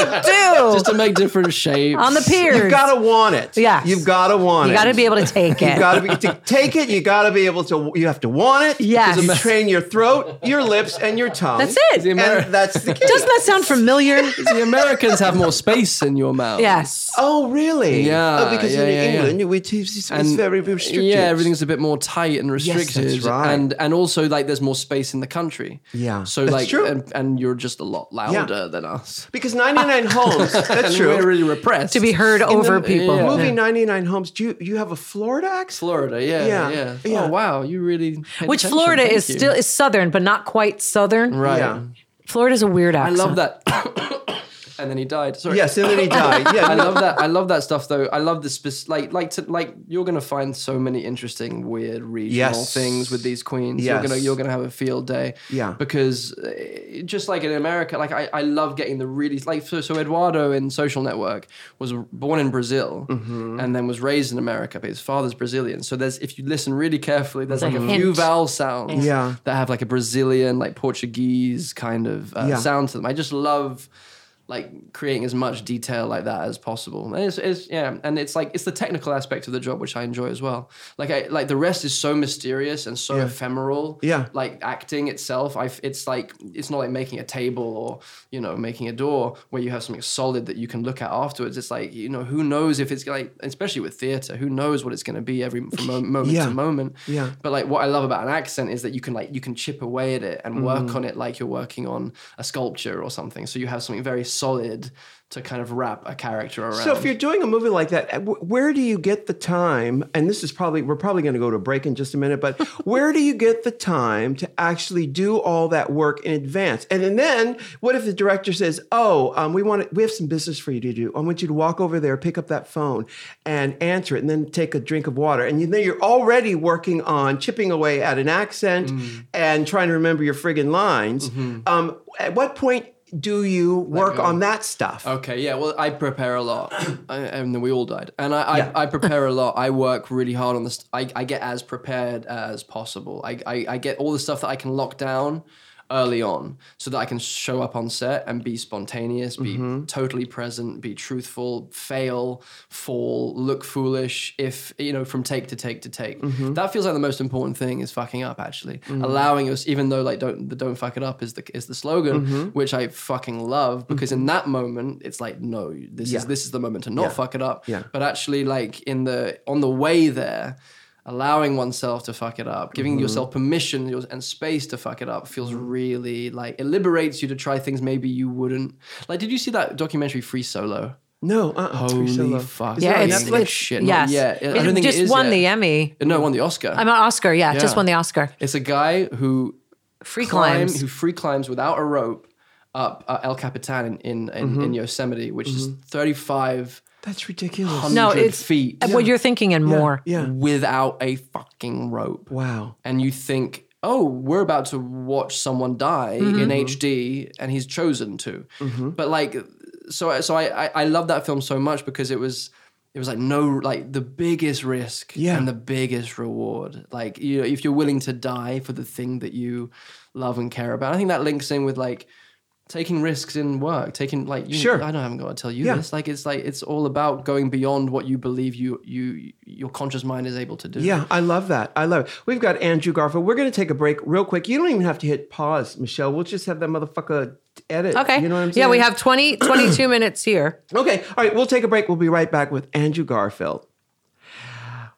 Speaker 4: Oh.
Speaker 5: I
Speaker 3: just to make different shapes.
Speaker 2: On the piers.
Speaker 1: You've got to want it.
Speaker 2: Yes.
Speaker 1: You've got to want
Speaker 2: You
Speaker 1: it.
Speaker 2: got to be able to take it.
Speaker 1: You got to be to take it. You got to be able to. You have to want it.
Speaker 2: Yes.
Speaker 1: You train your throat, your lips, and your tongue.
Speaker 2: That's
Speaker 3: The
Speaker 2: it.
Speaker 3: Amer-
Speaker 1: And that's the key.
Speaker 2: Doesn't that sound familiar?
Speaker 3: the Americans have more space in your mouth.
Speaker 2: yes.
Speaker 1: oh, really?
Speaker 3: Yeah,
Speaker 1: Oh, because
Speaker 3: yeah,
Speaker 1: in
Speaker 3: yeah, yeah.
Speaker 1: England, we it's, it's
Speaker 3: And-
Speaker 1: very restricted.
Speaker 3: Yeah, everything's a bit more tight and
Speaker 1: that's
Speaker 3: restricted.
Speaker 1: right.
Speaker 3: And and also like there's more space in the country.
Speaker 1: Yeah,
Speaker 3: So
Speaker 1: that's
Speaker 3: like
Speaker 1: true.
Speaker 3: And, and you're just a lot louder than us.
Speaker 1: Because 99 homes. That's
Speaker 3: And
Speaker 1: true.
Speaker 3: We're really repressed.
Speaker 2: To be heard over people.
Speaker 3: yeah.
Speaker 1: Movie 99 homes. Do you you have a Florida accent?
Speaker 3: Florida, yeah,
Speaker 1: Yeah,
Speaker 3: yeah.
Speaker 1: yeah.
Speaker 3: Oh wow, you really paid
Speaker 2: Which
Speaker 3: attention.
Speaker 2: Florida
Speaker 3: Thank
Speaker 2: is
Speaker 3: you.
Speaker 2: still is southern, but not quite southern.
Speaker 3: right.
Speaker 1: Yeah.
Speaker 2: Florida's a weird
Speaker 3: I
Speaker 2: accent.
Speaker 3: love that. and then he died. Sorry.
Speaker 1: Yes, and then he died. Yeah.
Speaker 3: I
Speaker 1: no,
Speaker 3: love that. I love that stuff though. I love the spec- like like to, like you're gonna find so many interesting, weird regional
Speaker 1: Yes.
Speaker 3: things with these queens.
Speaker 1: Yes.
Speaker 3: You're gonna you're gonna have a field day.
Speaker 1: Yeah.
Speaker 3: Because uh, just like in America, like I, I love getting the really like so, so Eduardo in Social Network was born in Brazil
Speaker 1: Mm-hmm.
Speaker 3: and then was raised in America, but his father's Brazilian. So there's if you listen really carefully, there's like a
Speaker 2: Hint.
Speaker 3: few vowel sounds
Speaker 1: Yeah.
Speaker 3: that have like a Brazilian like Portuguese kind of uh,
Speaker 1: Yeah.
Speaker 3: sound to them. I just love like creating as much detail like that as possible. And it's, it's yeah, and it's like it's the technical aspect of the job which I enjoy as well. Like I like the rest is so mysterious and so ephemeral.
Speaker 1: Yeah.
Speaker 3: like acting itself, I f- it's like it's not like making a table or you know making a door where you have something solid that you can look at afterwards. It's like you know who knows if it's like especially with theater, who knows what it's going to be every from mo- moment
Speaker 1: Yeah.
Speaker 3: to moment.
Speaker 1: Yeah.
Speaker 3: But like what I love about an accent is that you can like you can chip away at it and
Speaker 1: Mm.
Speaker 3: work on it like you're working on a sculpture or something. So you have something very solid to kind of wrap a character around.
Speaker 1: So if you're doing a movie like that, uh, wh- where do you get the time? And this is probably we're probably going to go to a break in just a minute, but where do you get the time to actually do all that work in advance? And, then- then what if the director says, "Oh, um, we want to, we have some business for you to do. I want you to walk over there, pick up that phone, and answer it, and then take a drink of water." And you, then you're already working on chipping away at an accent and trying to remember your friggin' lines. Um, at what point? Do you work on that stuff?
Speaker 3: Okay, yeah. Well, I prepare a lot, I, and then we all died. And I, I, I prepare a lot. I work really hard on this. I, I get as prepared as possible. I, I, I get all the stuff that I can lock down early on, so that I can show up on set and be spontaneous, be
Speaker 1: Mm-hmm.
Speaker 3: totally present, be truthful, fail, fall, look foolish. If you know, from take to take to take,
Speaker 1: Mm-hmm.
Speaker 3: that feels like the most important thing is fucking up. Actually,
Speaker 1: Mm.
Speaker 3: allowing us, even though like don't the don't fuck it up is the is the slogan,
Speaker 1: Mm-hmm.
Speaker 3: which I fucking love because in that moment it's like no, this
Speaker 1: Yeah.
Speaker 3: is this is the moment to not fuck it up.
Speaker 1: Yeah.
Speaker 3: But actually, like in the on the way there. Allowing oneself to fuck it up, giving
Speaker 1: Mm-hmm.
Speaker 3: yourself permission yours- and space to fuck it up feels really like it liberates you to try things maybe you wouldn't. Like, did you see that documentary Free Solo?
Speaker 1: No, uh, uh
Speaker 3: Holy
Speaker 1: Priscilla.
Speaker 3: fuck!
Speaker 1: Is that
Speaker 2: Yeah,
Speaker 1: on
Speaker 2: it's,
Speaker 1: Netflix?
Speaker 2: it's
Speaker 3: shit.
Speaker 2: Yes.
Speaker 3: Yeah, I don't
Speaker 2: It
Speaker 3: think it
Speaker 2: just
Speaker 3: is
Speaker 2: won
Speaker 3: yet.
Speaker 2: the Emmy.
Speaker 3: no, it won the Oscar.
Speaker 2: I'm an Oscar. Yeah, just
Speaker 3: Yeah.
Speaker 2: won the Oscar.
Speaker 3: It's a guy who
Speaker 2: Free
Speaker 3: climb-
Speaker 2: climbs.
Speaker 3: who free climbs without a rope up uh, El Capitan in in, in,
Speaker 1: Mm-hmm.
Speaker 3: in Yosemite, which is thirty five
Speaker 1: That's ridiculous.
Speaker 3: hundred
Speaker 2: No, it's
Speaker 3: feet
Speaker 2: uh, What you're thinking and more.
Speaker 1: Yeah.
Speaker 3: without a fucking rope.
Speaker 1: Wow.
Speaker 3: And you think, oh, we're about to watch someone die
Speaker 1: Mm-hmm.
Speaker 3: in HD, and he's chosen to. But like, so so I, I I love that film so much because it was. It was like no, like the biggest risk
Speaker 1: Yeah.
Speaker 3: and the biggest reward. Like you know, if you're willing to die for the thing that you love and care about, I think that links in with like taking risks in work, taking like you,
Speaker 1: Sure.
Speaker 3: I don't I haven't got to tell you
Speaker 1: Yeah.
Speaker 3: this. Like it's like it's all about going beyond what you believe you you your conscious mind is able to do.
Speaker 1: Yeah, I love that. I love it. We've got Andrew Garfield. We're going to take a break real quick. You don't even have to hit pause, Michelle. We'll just have that motherfucker edit.
Speaker 2: Okay.
Speaker 1: You know what I'm saying?
Speaker 2: yeah, we have 20, 22 minutes here.
Speaker 1: Okay. All right. We'll take a break. We'll be right back with Andrew Garfield.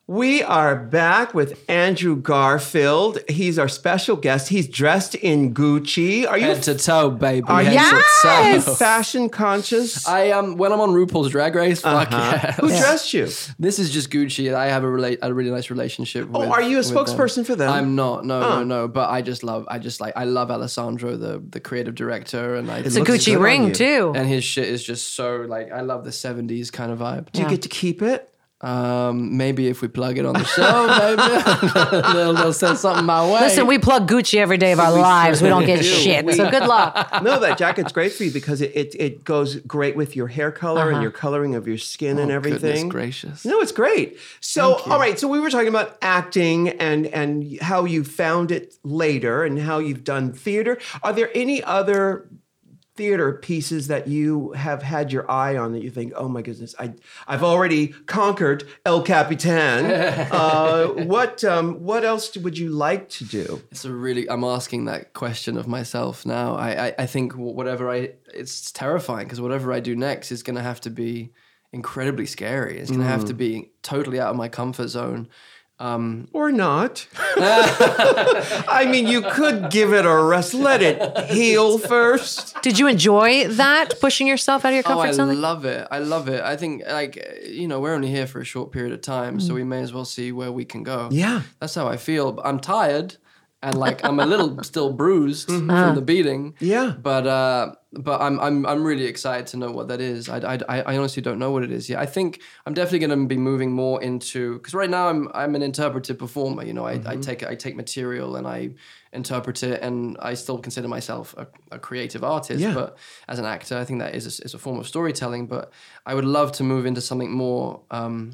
Speaker 1: We are back with Andrew Garfield. He's our special guest. He's dressed in Gucci. Are you
Speaker 3: Head to toe, baby.
Speaker 1: are
Speaker 3: Head
Speaker 1: you
Speaker 3: to toe.
Speaker 1: fashion conscious?
Speaker 3: I um when I'm on RuPaul's Drag Race, fuck yeah.
Speaker 1: Who dressed you?
Speaker 3: This is just Gucci. I have a relate a really nice relationship.
Speaker 1: Oh,
Speaker 3: with,
Speaker 1: are you a
Speaker 3: with them.
Speaker 1: spokesperson for them?
Speaker 3: I'm not. No, no, no. But I just love. I just like. I love Alessandro, the the creative director, and I.
Speaker 1: It's
Speaker 2: It's a
Speaker 1: Looks good
Speaker 2: Gucci
Speaker 1: on
Speaker 2: ring
Speaker 1: you.
Speaker 2: too.
Speaker 3: And his shit is just so like. I love the '70s kind of vibe.
Speaker 1: Do you get to keep it?
Speaker 3: Um, maybe if we plug it on the show, maybe they'll, they'll send something my way.
Speaker 2: Listen, we plug Gucci every day of our lives. We don't get shit. So good luck.
Speaker 1: no, that jacket's great for you because it, it, it goes great with your hair color and your coloring of your skin and
Speaker 3: Uh-huh. Oh, Goodness
Speaker 1: everything.
Speaker 3: gracious.
Speaker 1: No, it's great. So, all right. So we were talking about acting and and how you found it later and how you've done theater. Are there any other theater pieces that you have had your eye on that you think, oh my goodness, I I've already conquered El Capitan. uh, what um, what else would you like to do?
Speaker 3: It's a really. I'm asking that question of myself now. I I, I think wh- whatever I. It's terrifying because whatever I do next is going to have to be incredibly scary. It's going to have to be totally out of my comfort zone.
Speaker 1: Or not. I mean, you could give it a rest. Let it heal first.
Speaker 2: Did you enjoy that? Pushing yourself out of your
Speaker 3: Oh,
Speaker 2: comfort
Speaker 3: I
Speaker 2: zone?
Speaker 3: love it. I love it. I think like uh, you know we're only here for a short period of time,
Speaker 2: Mm.
Speaker 3: so we may as well see where we can go.
Speaker 1: Yeah.
Speaker 3: that's how I feel. But I'm tired and like I'm a little still bruised from the beating.
Speaker 1: Uh-huh. Yeah.
Speaker 3: but uh, but I'm I'm I'm really excited to know what that is. I I, I- I honestly don't know what it is yet. I think I'm definitely going to be moving more into because right now I'm I'm an interpretive performer. You know, I,
Speaker 1: Mm-hmm.
Speaker 3: I take I take material and I interpret it, and I still consider myself a, a creative artist.
Speaker 1: Yeah.
Speaker 3: But as an actor, I think that is a, is a form of storytelling. But I would love to move into something more. Um,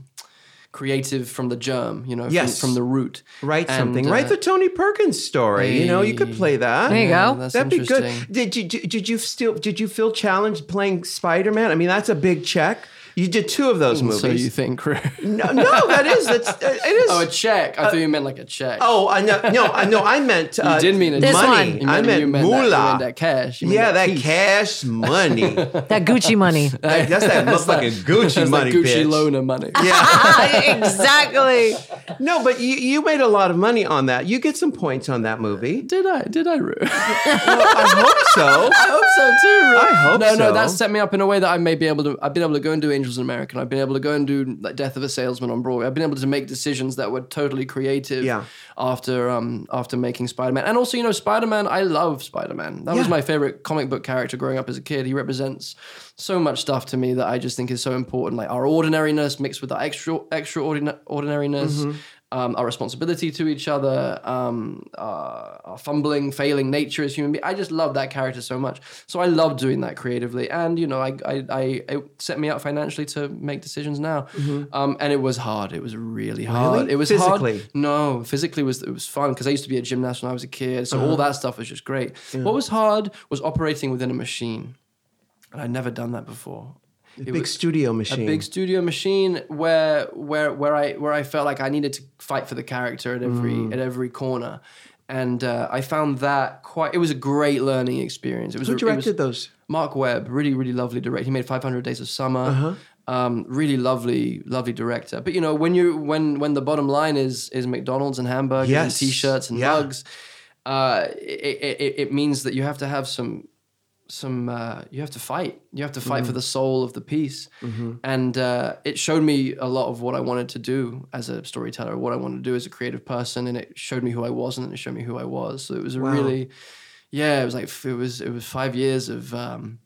Speaker 3: creative from the germ you know from-
Speaker 1: Yes.
Speaker 3: from, the root
Speaker 1: Write
Speaker 3: And,
Speaker 1: something.
Speaker 3: uh,
Speaker 1: Write the Tony Perkins story. you know, you could play that.
Speaker 2: There you
Speaker 3: yeah,
Speaker 2: go.
Speaker 3: that's
Speaker 1: That'd be good.
Speaker 3: interesting.
Speaker 1: Did you did did you still did you feel challenged playing Spider Man? I mean, that's a big check. You did two of those movies.
Speaker 3: so you think
Speaker 1: no, no, that is that's it is.
Speaker 3: Oh, a check. I thought you meant like a check.
Speaker 1: Uh, oh, I know. No, I know. I meant uh,
Speaker 3: you didn't mean a
Speaker 2: This
Speaker 3: check.
Speaker 1: money.
Speaker 2: one.
Speaker 3: You
Speaker 1: I meant,
Speaker 3: you meant that, you
Speaker 1: moolah.
Speaker 3: meant that cash. You meant
Speaker 1: yeah, that
Speaker 3: piece.
Speaker 1: cash money. That-
Speaker 2: That Gucci money.
Speaker 1: that's that motherfucking Gucci
Speaker 3: That's
Speaker 1: money,
Speaker 3: like Gucci
Speaker 1: bitch.
Speaker 3: loaner money.
Speaker 1: Yeah.
Speaker 2: Ah, exactly.
Speaker 1: no, but you, you made a lot of money on that. You get some points on that movie.
Speaker 3: Did I? Did I? Rue? I
Speaker 1: Well, I hope so.
Speaker 3: hope so too. Rue.
Speaker 1: I hope
Speaker 3: no,
Speaker 1: so.
Speaker 3: No, that set me up in a way that I may be able to. I've been able to go and do Angels in America. and I've been able to go and do like Death of a Salesman on Broadway. I've been able to make decisions that were totally creative.
Speaker 1: Yeah.
Speaker 3: After um after making Spider Man, and also you know Spider Man, I love Spider Man. That was
Speaker 1: Yeah.
Speaker 3: my favorite comic book character growing up as a kid. He represents so much stuff to me that I just think is so important, like our ordinariness mixed with our extra extraordinariness. ordinariness,
Speaker 1: Mm-hmm.
Speaker 3: Um, our responsibility to each other, um, our, our fumbling, failing nature as human beings. I just love that character so much. So I love doing that creatively, and you know, I, I, I it set me up financially to make decisions now. Um, and it was hard. It was really hard. It was
Speaker 1: Physically?
Speaker 3: hard. No, physically was it was fun because I used to be a gymnast when I was a kid, so all that stuff was just great. What was hard was operating within a machine, and I'd never done that before. It
Speaker 1: Big
Speaker 3: was
Speaker 1: studio machine.
Speaker 3: a big studio machine where where where I where I felt like I needed to fight for the character at every
Speaker 1: Mm.
Speaker 3: at every corner, and uh, I found that quite. It was a great learning experience. It was
Speaker 1: Who
Speaker 3: a- it was-
Speaker 1: directed those?
Speaker 3: Mark Webb, really, really lovely director. He made 500 Days of Summer.
Speaker 1: Uh-huh.
Speaker 3: Um, really lovely, lovely director. But you know, when you when when the bottom line is is McDonald's and hamburgers
Speaker 1: Yes.
Speaker 3: and t-shirts and
Speaker 1: Yeah.
Speaker 3: mugs, uh, it, it, it- it means that you have to have some some uh, you have to fight. You have to fight for the soul of the piece. And uh, it showed me a lot of what I wanted to do as a storyteller, what I wanted to do as a creative person, and it showed me who I was, and it showed me who I was. So it was a really yeah, it was like f- it was it was five years of um,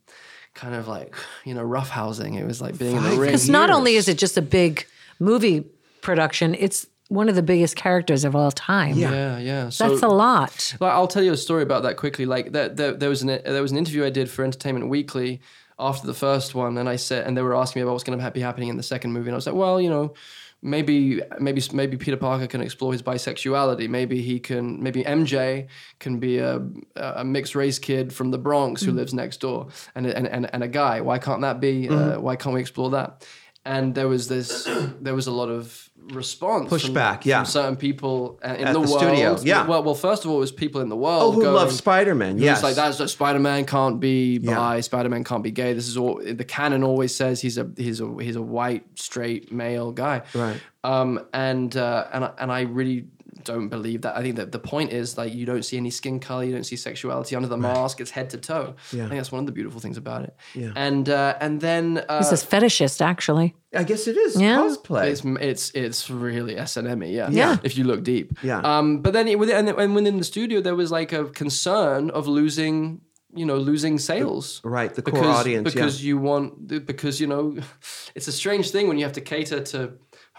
Speaker 3: kind of like you know rough housing. It was like being in the ring.
Speaker 2: Because not only is it just a big movie production, it's one of the biggest characters of all time.
Speaker 3: yeah, yeah. So
Speaker 2: That's a lot.
Speaker 3: Well, I'll tell you a story about that quickly. Like there, there, there was an there was an interview I did for Entertainment Weekly after the first one, and I said, and they were asking me about what's going to be happening in the second movie, and I was like, well, you know, maybe maybe maybe Peter Parker can explore his bisexuality. Maybe he can maybe MJ can be a a mixed race kid from the Bronx
Speaker 1: Mm-hmm.
Speaker 3: who lives next door and and and, and a guy. Why can't that be? Uh,
Speaker 1: Mm-hmm.
Speaker 3: why can't we explore that? And there was this there was a lot of response from-
Speaker 1: Pushback,
Speaker 3: from
Speaker 1: yeah.
Speaker 3: certain people uh, in
Speaker 1: At
Speaker 3: the,
Speaker 1: the
Speaker 3: world.
Speaker 1: studio, yeah.
Speaker 3: Well, well, first of all, it was people in the world.
Speaker 1: Oh, who
Speaker 3: going-
Speaker 1: loves Spider Man?
Speaker 3: Yes.
Speaker 1: Yes.
Speaker 3: It's like that's that Spider Man can't be bi, Spider Man can't be gay. This is all the canon always says he's a he's a he's a white straight male guy.
Speaker 1: Right.
Speaker 3: Um and uh and I- and I really don't believe that. I think that the point is like you don't see any skin color, you don't see sexuality under the mask. It's head to toe. Yeah. I think that's one of the beautiful things about it. Yeah. And uh and then uh,
Speaker 2: This is fetishist, actually.
Speaker 1: I guess it is
Speaker 2: Yeah.
Speaker 1: cosplay.
Speaker 3: it's it's it's really S and M. Yeah.
Speaker 2: Yeah.
Speaker 3: If you look deep.
Speaker 1: Yeah.
Speaker 3: Um. But then it, with- and and within the studio there was like a concern of losing you know losing sales.
Speaker 1: right, the core
Speaker 3: Because,
Speaker 1: audience, yeah.
Speaker 3: Because you want because you know it's a strange thing when you have to cater to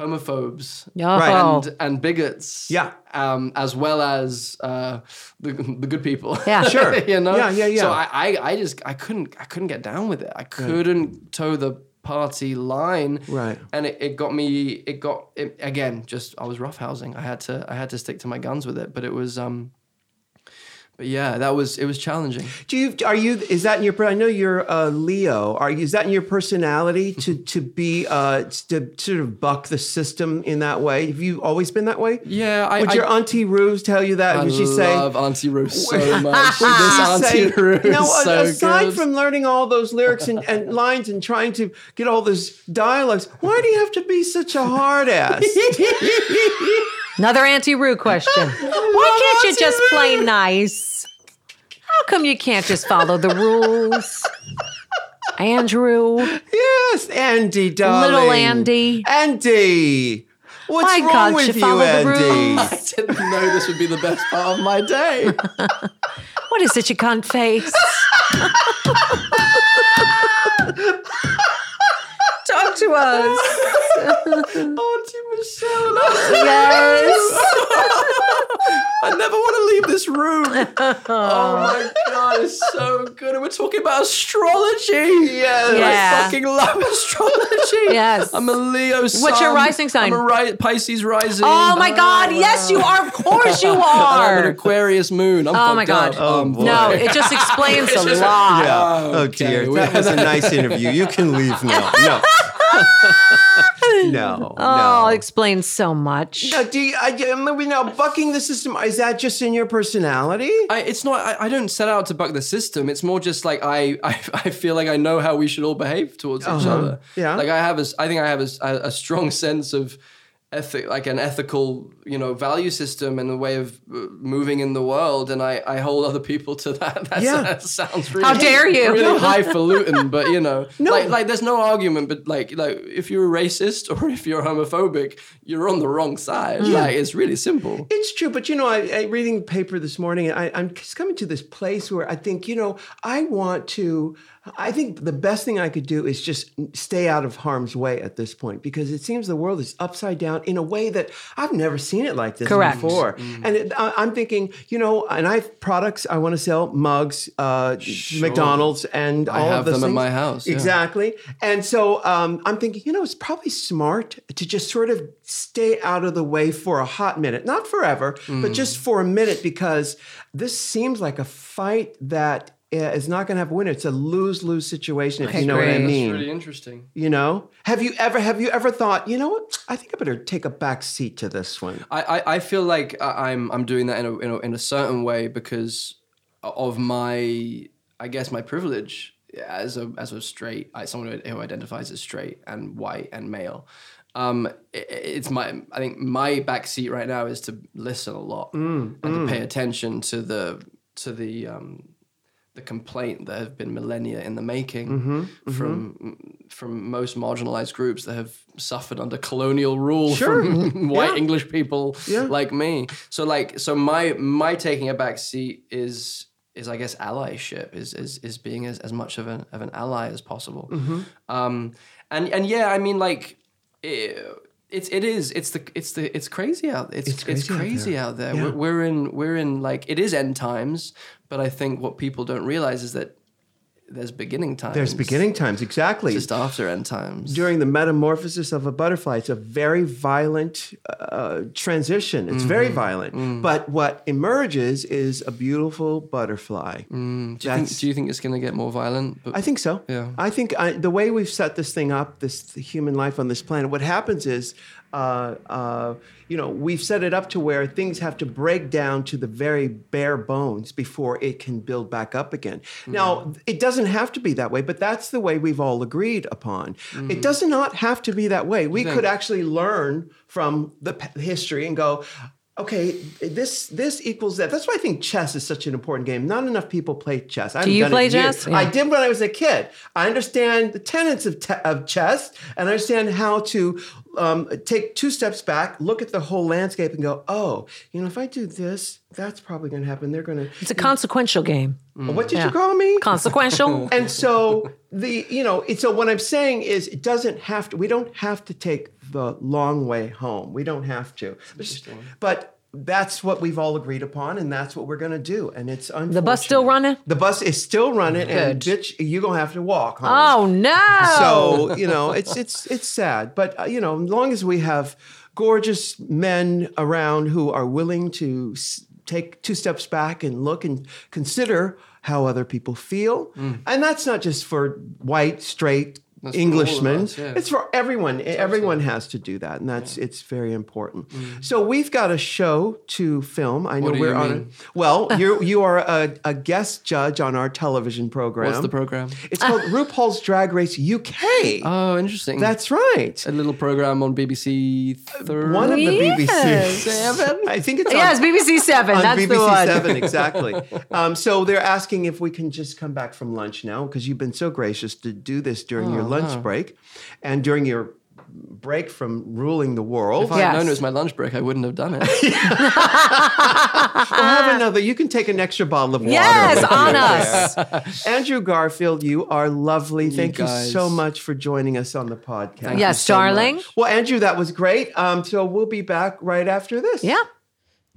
Speaker 3: homophobes.
Speaker 1: Right.
Speaker 2: Oh.
Speaker 3: And, and bigots,
Speaker 1: Yeah.
Speaker 3: um, as well as uh, the, the good people,
Speaker 2: Yeah.
Speaker 1: Sure.
Speaker 3: you know,
Speaker 1: Yeah, yeah, yeah.
Speaker 3: So I, I, I just, I couldn't, I couldn't get down with it. I couldn't toe the party line,
Speaker 1: Right.
Speaker 3: and it, it got me it got it, again just i was roughhousing i had to i had to stick to my guns with it but it was um but yeah that was it was challenging
Speaker 1: Do you are you is that in your per- I know you're uh, Leo. Are you is that in your personality to to be uh to sort of buck the system in that way? Have you always been that way?
Speaker 3: yeah i
Speaker 1: Would
Speaker 3: I,
Speaker 1: your auntie Rose tell you that?
Speaker 3: I
Speaker 1: Would she say?
Speaker 3: love auntie rose so much this auntie
Speaker 1: say-
Speaker 3: rose
Speaker 1: now,
Speaker 3: is
Speaker 1: a-
Speaker 3: so
Speaker 1: aside
Speaker 3: good.
Speaker 1: from learning all those lyrics and, and lines and trying to get all those dialogues, why do you have to be such a hard ass?
Speaker 2: Another Auntie Rue question. Why can't you just play nice? How come you can't just follow the rules? Andrew,
Speaker 1: yes, Andy, darling.
Speaker 2: little Andy.
Speaker 1: Andy, what's
Speaker 2: Why
Speaker 1: wrong
Speaker 2: can't you
Speaker 1: with you,
Speaker 2: follow the
Speaker 1: Andy?
Speaker 2: rules?
Speaker 3: i didn't know this would be the best part of my day
Speaker 2: What is it you can't face? Talk to us.
Speaker 3: auntie michelle
Speaker 2: Yes.
Speaker 3: I never want to leave this room. oh my god, it's so good. And we're talking about astrology.
Speaker 1: Yes.
Speaker 2: Yeah.
Speaker 3: I fucking love astrology.
Speaker 2: Yes.
Speaker 3: I'm a Leo What's
Speaker 2: your rising sign?
Speaker 3: I'm a ri- Pisces rising.
Speaker 2: Oh my God. Yes, you are. Of course you
Speaker 3: I'm an
Speaker 2: are.
Speaker 3: Aquarius moon. I'm
Speaker 2: Oh my God.
Speaker 3: fucked up. Um,
Speaker 1: boy.
Speaker 2: No, it just explains a
Speaker 3: just-
Speaker 2: lot.
Speaker 1: Yeah.
Speaker 3: Oh,
Speaker 1: Oh
Speaker 3: okay.
Speaker 1: dear,
Speaker 3: We-
Speaker 1: that was a nice interview. You can leave now. No. No.
Speaker 2: Oh,
Speaker 1: no.
Speaker 2: it explains so much.
Speaker 1: Now, do you, I, I'm moving now. Bucking the system is that just in your personality?
Speaker 3: I, it's not. I, I don't set out to buck the system. It's more just like I. I, I feel like I know how we should all behave towards each other.
Speaker 1: Uh-huh. Yeah.
Speaker 3: Like I have a. s- I think I have a, s- a- a strong sense of ethic, like an ethical, you know, value system and a way of uh, moving in the world. And I, I hold other people to that. That's,
Speaker 1: Yeah.
Speaker 3: That sounds really.
Speaker 2: How dare you.
Speaker 3: Really highfalutin, but you know, like, like there's no argument. But like, like if you're a racist or if you're homophobic, you're on the wrong side. Like it's really simple.
Speaker 1: It's true, but you know, I, I reading the paper this morning, and I, I'm just coming to this place where I think, you know, I want to. I think the best thing I could do is just stay out of harm's way at this point because it seems the world is upside down in a way that I've never seen it like this
Speaker 2: Correct.
Speaker 1: before.
Speaker 3: Mm-hmm.
Speaker 1: And it, I, I'm thinking, you know, and I have products I want to sell, mugs, uh, McDonald's, and all
Speaker 3: have
Speaker 1: of those
Speaker 3: them at
Speaker 1: things.
Speaker 3: my house, yeah.
Speaker 1: Exactly. And so um, I'm thinking, you know, it's probably smart to just sort of stay out of the way for a hot minute, not forever, but just for a minute, because this seems like a fight that uh, is not going to have a winner. It's a lose lose situation, if you know what I
Speaker 2: agree.
Speaker 1: mean.
Speaker 3: It's really interesting.
Speaker 1: you know, have you ever have you ever thought, you know what? I think I better take a back seat to this one.
Speaker 3: I, I, I feel like I- I'm I'm doing that in a, in a in a certain way because of my I guess my privilege as a as a straight I- someone who identifies as straight and white and male. Um, i- i- it's my I think my backseat right now is to listen a lot and to pay attention to the to the um, the complaint that have been millennia in the making from from most marginalized groups that have suffered under colonial rule from white English people like me. So like so my my taking a back seat is is I guess allyship is is is being as, as much of an of an ally as possible.
Speaker 1: Mm-hmm.
Speaker 3: Um, and and yeah, I mean like. eh, it's it is it's the it's the it's crazy out it's it's crazy, out there. We're, we're in we're in like it is end times, but I think what people don't realize is that there's beginning times.
Speaker 1: There's beginning times, exactly.
Speaker 3: Just after end times.
Speaker 1: during the metamorphosis of a butterfly. It's a very violent uh, transition. It's very
Speaker 3: Mm-hmm.
Speaker 1: violent.
Speaker 3: Mm.
Speaker 1: But what emerges is a beautiful butterfly.
Speaker 3: Mm. do, you think,
Speaker 1: that's-
Speaker 3: do you think it's going to get more violent? But,
Speaker 1: I think so.
Speaker 3: Yeah.
Speaker 1: I think I, the way we've set this thing up, this the human life on this planet, what happens is, uh, uh, you know, we've set it up to where things have to break down to the very bare bones before it can build back up again.
Speaker 3: Mm-hmm.
Speaker 1: Now, it doesn't have to be that way, but that's the way we've all agreed upon.
Speaker 3: Mm-hmm.
Speaker 1: It does not have to be that way. We could actually learn from the p- history and go, okay, this this equals that. That's why I think chess is such an important game. Not enough people play chess. I haven't
Speaker 6: you
Speaker 1: done it
Speaker 6: play
Speaker 1: in years.
Speaker 6: chess?
Speaker 1: I did when I was a kid. I understand the tenets of, te- of chess and I understand how to um, take two steps back, look at the whole landscape, and go, oh, you know, if I do this, that's probably going to happen. They're going
Speaker 6: It's
Speaker 1: to.
Speaker 6: a consequential game.
Speaker 1: What did
Speaker 6: Mm, Yeah.
Speaker 1: you call me?
Speaker 6: Consequential.
Speaker 1: and so the you know it, so what i'm saying is it doesn't have to we don't have to take the long way home we don't have to but that's what we've all agreed upon and that's what we're going to do and it's unfortunate.
Speaker 6: the bus still running?
Speaker 1: the bus is still running and bitch you're going to have to walk home
Speaker 6: Oh no.
Speaker 1: so you know, it's it's it's sad, but uh, you know, as long as we have gorgeous men around who are willing to s- take two steps back and look and consider how other people feel, and that's not just for white straight.
Speaker 3: Mm. That's for all of
Speaker 1: Englishmen.
Speaker 3: us, yeah.
Speaker 1: It's for everyone. everyone has to do that, and that's it's very important. So we've got a show to film. I know
Speaker 3: Mm. do
Speaker 1: we're
Speaker 3: you
Speaker 1: on.
Speaker 3: mean?
Speaker 1: A, well, you you are a, a guest judge on our television program.
Speaker 3: what's the program?
Speaker 1: It's called RuPaul's Drag Race UK.
Speaker 3: Oh, interesting.
Speaker 1: That's right.
Speaker 3: a little program on BBC. Thir-
Speaker 1: One of the
Speaker 6: Yes.
Speaker 1: BBC seven. I think it's
Speaker 6: yes,
Speaker 1: on,
Speaker 6: BBC Seven.
Speaker 1: on
Speaker 6: That's
Speaker 1: BBC
Speaker 6: the one.
Speaker 1: seven exactly. um, so they're asking if we can just come back from lunch now because you've been so gracious to do this during your
Speaker 6: Uh-huh.
Speaker 1: lunch break and during your break from ruling the world.
Speaker 3: If I had
Speaker 6: Yes.
Speaker 3: known it was my lunch break, I wouldn't have done it.
Speaker 1: We'll have another. You can take an extra bottle of water.
Speaker 6: Yes,
Speaker 1: with you
Speaker 6: on
Speaker 1: there.
Speaker 6: us.
Speaker 1: Andrew Garfield, you are lovely. Thank you,
Speaker 3: guys.
Speaker 1: so much for joining us on the podcast.
Speaker 6: Yes, darling.
Speaker 1: Well, Andrew, that was great. Um, so we'll be back right after this.
Speaker 6: Yeah.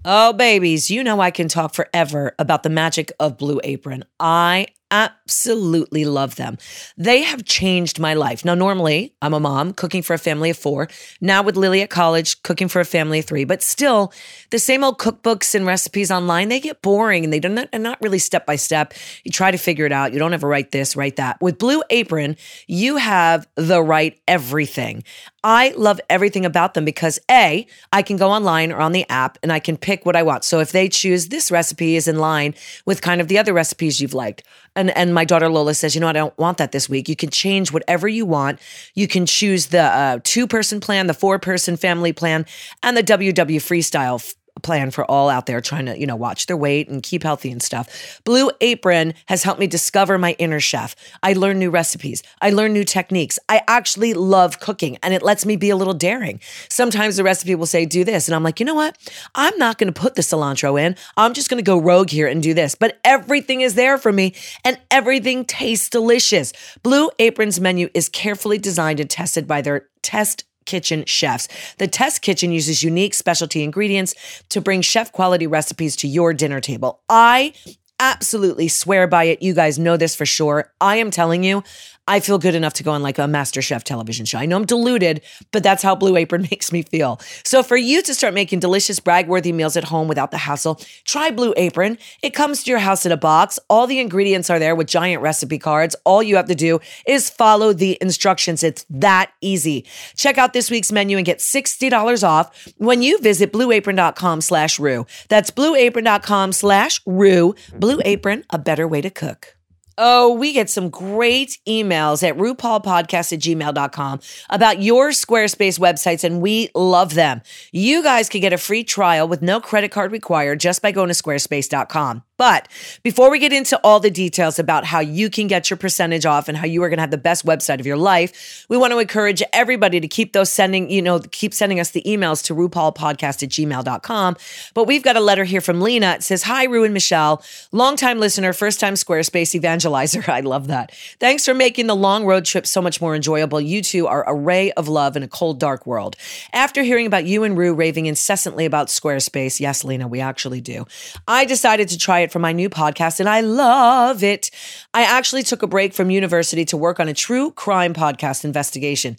Speaker 2: Oh, babies, you know I can talk forever about the magic of Blue Apron. I absolutely love them. They have changed my life. Now, normally, I'm a mom cooking for a family of four. Now, with Lily at college, cooking for a family of three. But still, the same old cookbooks and recipes online, they get boring and they do not, and not really step by step. You try to figure it out. You don't ever write this, write that. With Blue Apron, you have the right everything. I love everything about them because A, I can go online or on the app and I can pick what I want. So if they choose this recipe is in line with kind of the other recipes you've liked. And and my daughter Lola says, you know what, I don't want that this week. You can change whatever you want. You can choose the uh, two person plan, the four person family plan, and the WW freestyle f- plan for all out there trying to, you know, watch their weight and keep healthy and stuff. Blue Apron has helped me discover my inner chef. I learn new recipes. I learn new techniques. I actually love cooking and it lets me be a little daring. Sometimes the recipe will say do this and I'm like, "You know what? I'm not going to put the cilantro in. I'm just going to go rogue here and do this." But everything is there for me and everything tastes delicious. Blue Apron's menu is carefully designed and tested by their test kitchen chefs. The Test Kitchen uses unique specialty ingredients to bring chef quality recipes to your dinner table. I absolutely swear by it. You guys know this for sure. I am telling you, I feel good enough to go on like a Master Chef television show. I know I'm deluded, but that's how Blue Apron makes me feel. So for you to start making delicious brag-worthy meals at home without the hassle, try Blue Apron. It comes to your house in a box. All the ingredients are there with giant recipe cards. All you have to do is follow the instructions. It's that easy. Check out this week's menu and get $60 off when you visit blueapron.com slash rue. That's blueapron.com slash rue. Blue Apron, a better way to cook. Oh, we get some great emails at RuPaulPodcast at gmail.com about your Squarespace websites, and we love them. You guys can get a free trial with no credit card required just by going to squarespace.com. But before we get into all the details about how you can get your percentage off and how you are going to have the best website of your life, we want to encourage everybody to keep those sending, you know, keep sending us the emails to RuPaulPodcast at gmail.com. But we've got a letter here from Lena. It says, Hi, Ru and Michelle, longtime listener, first time Squarespace evangelizer. I love that. Thanks for making the long road trip so much more enjoyable. You two are a ray of love in a cold, dark world. After hearing about you and Rue raving incessantly about Squarespace, yes, Lena, we actually do, I decided to try it website for my new podcast, and I love it. I actually took a break from university to work on a true crime podcast investigation.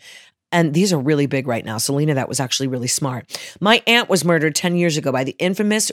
Speaker 2: And these are really big right now. Selena, that was actually really smart. My aunt was murdered 10 years ago by the infamous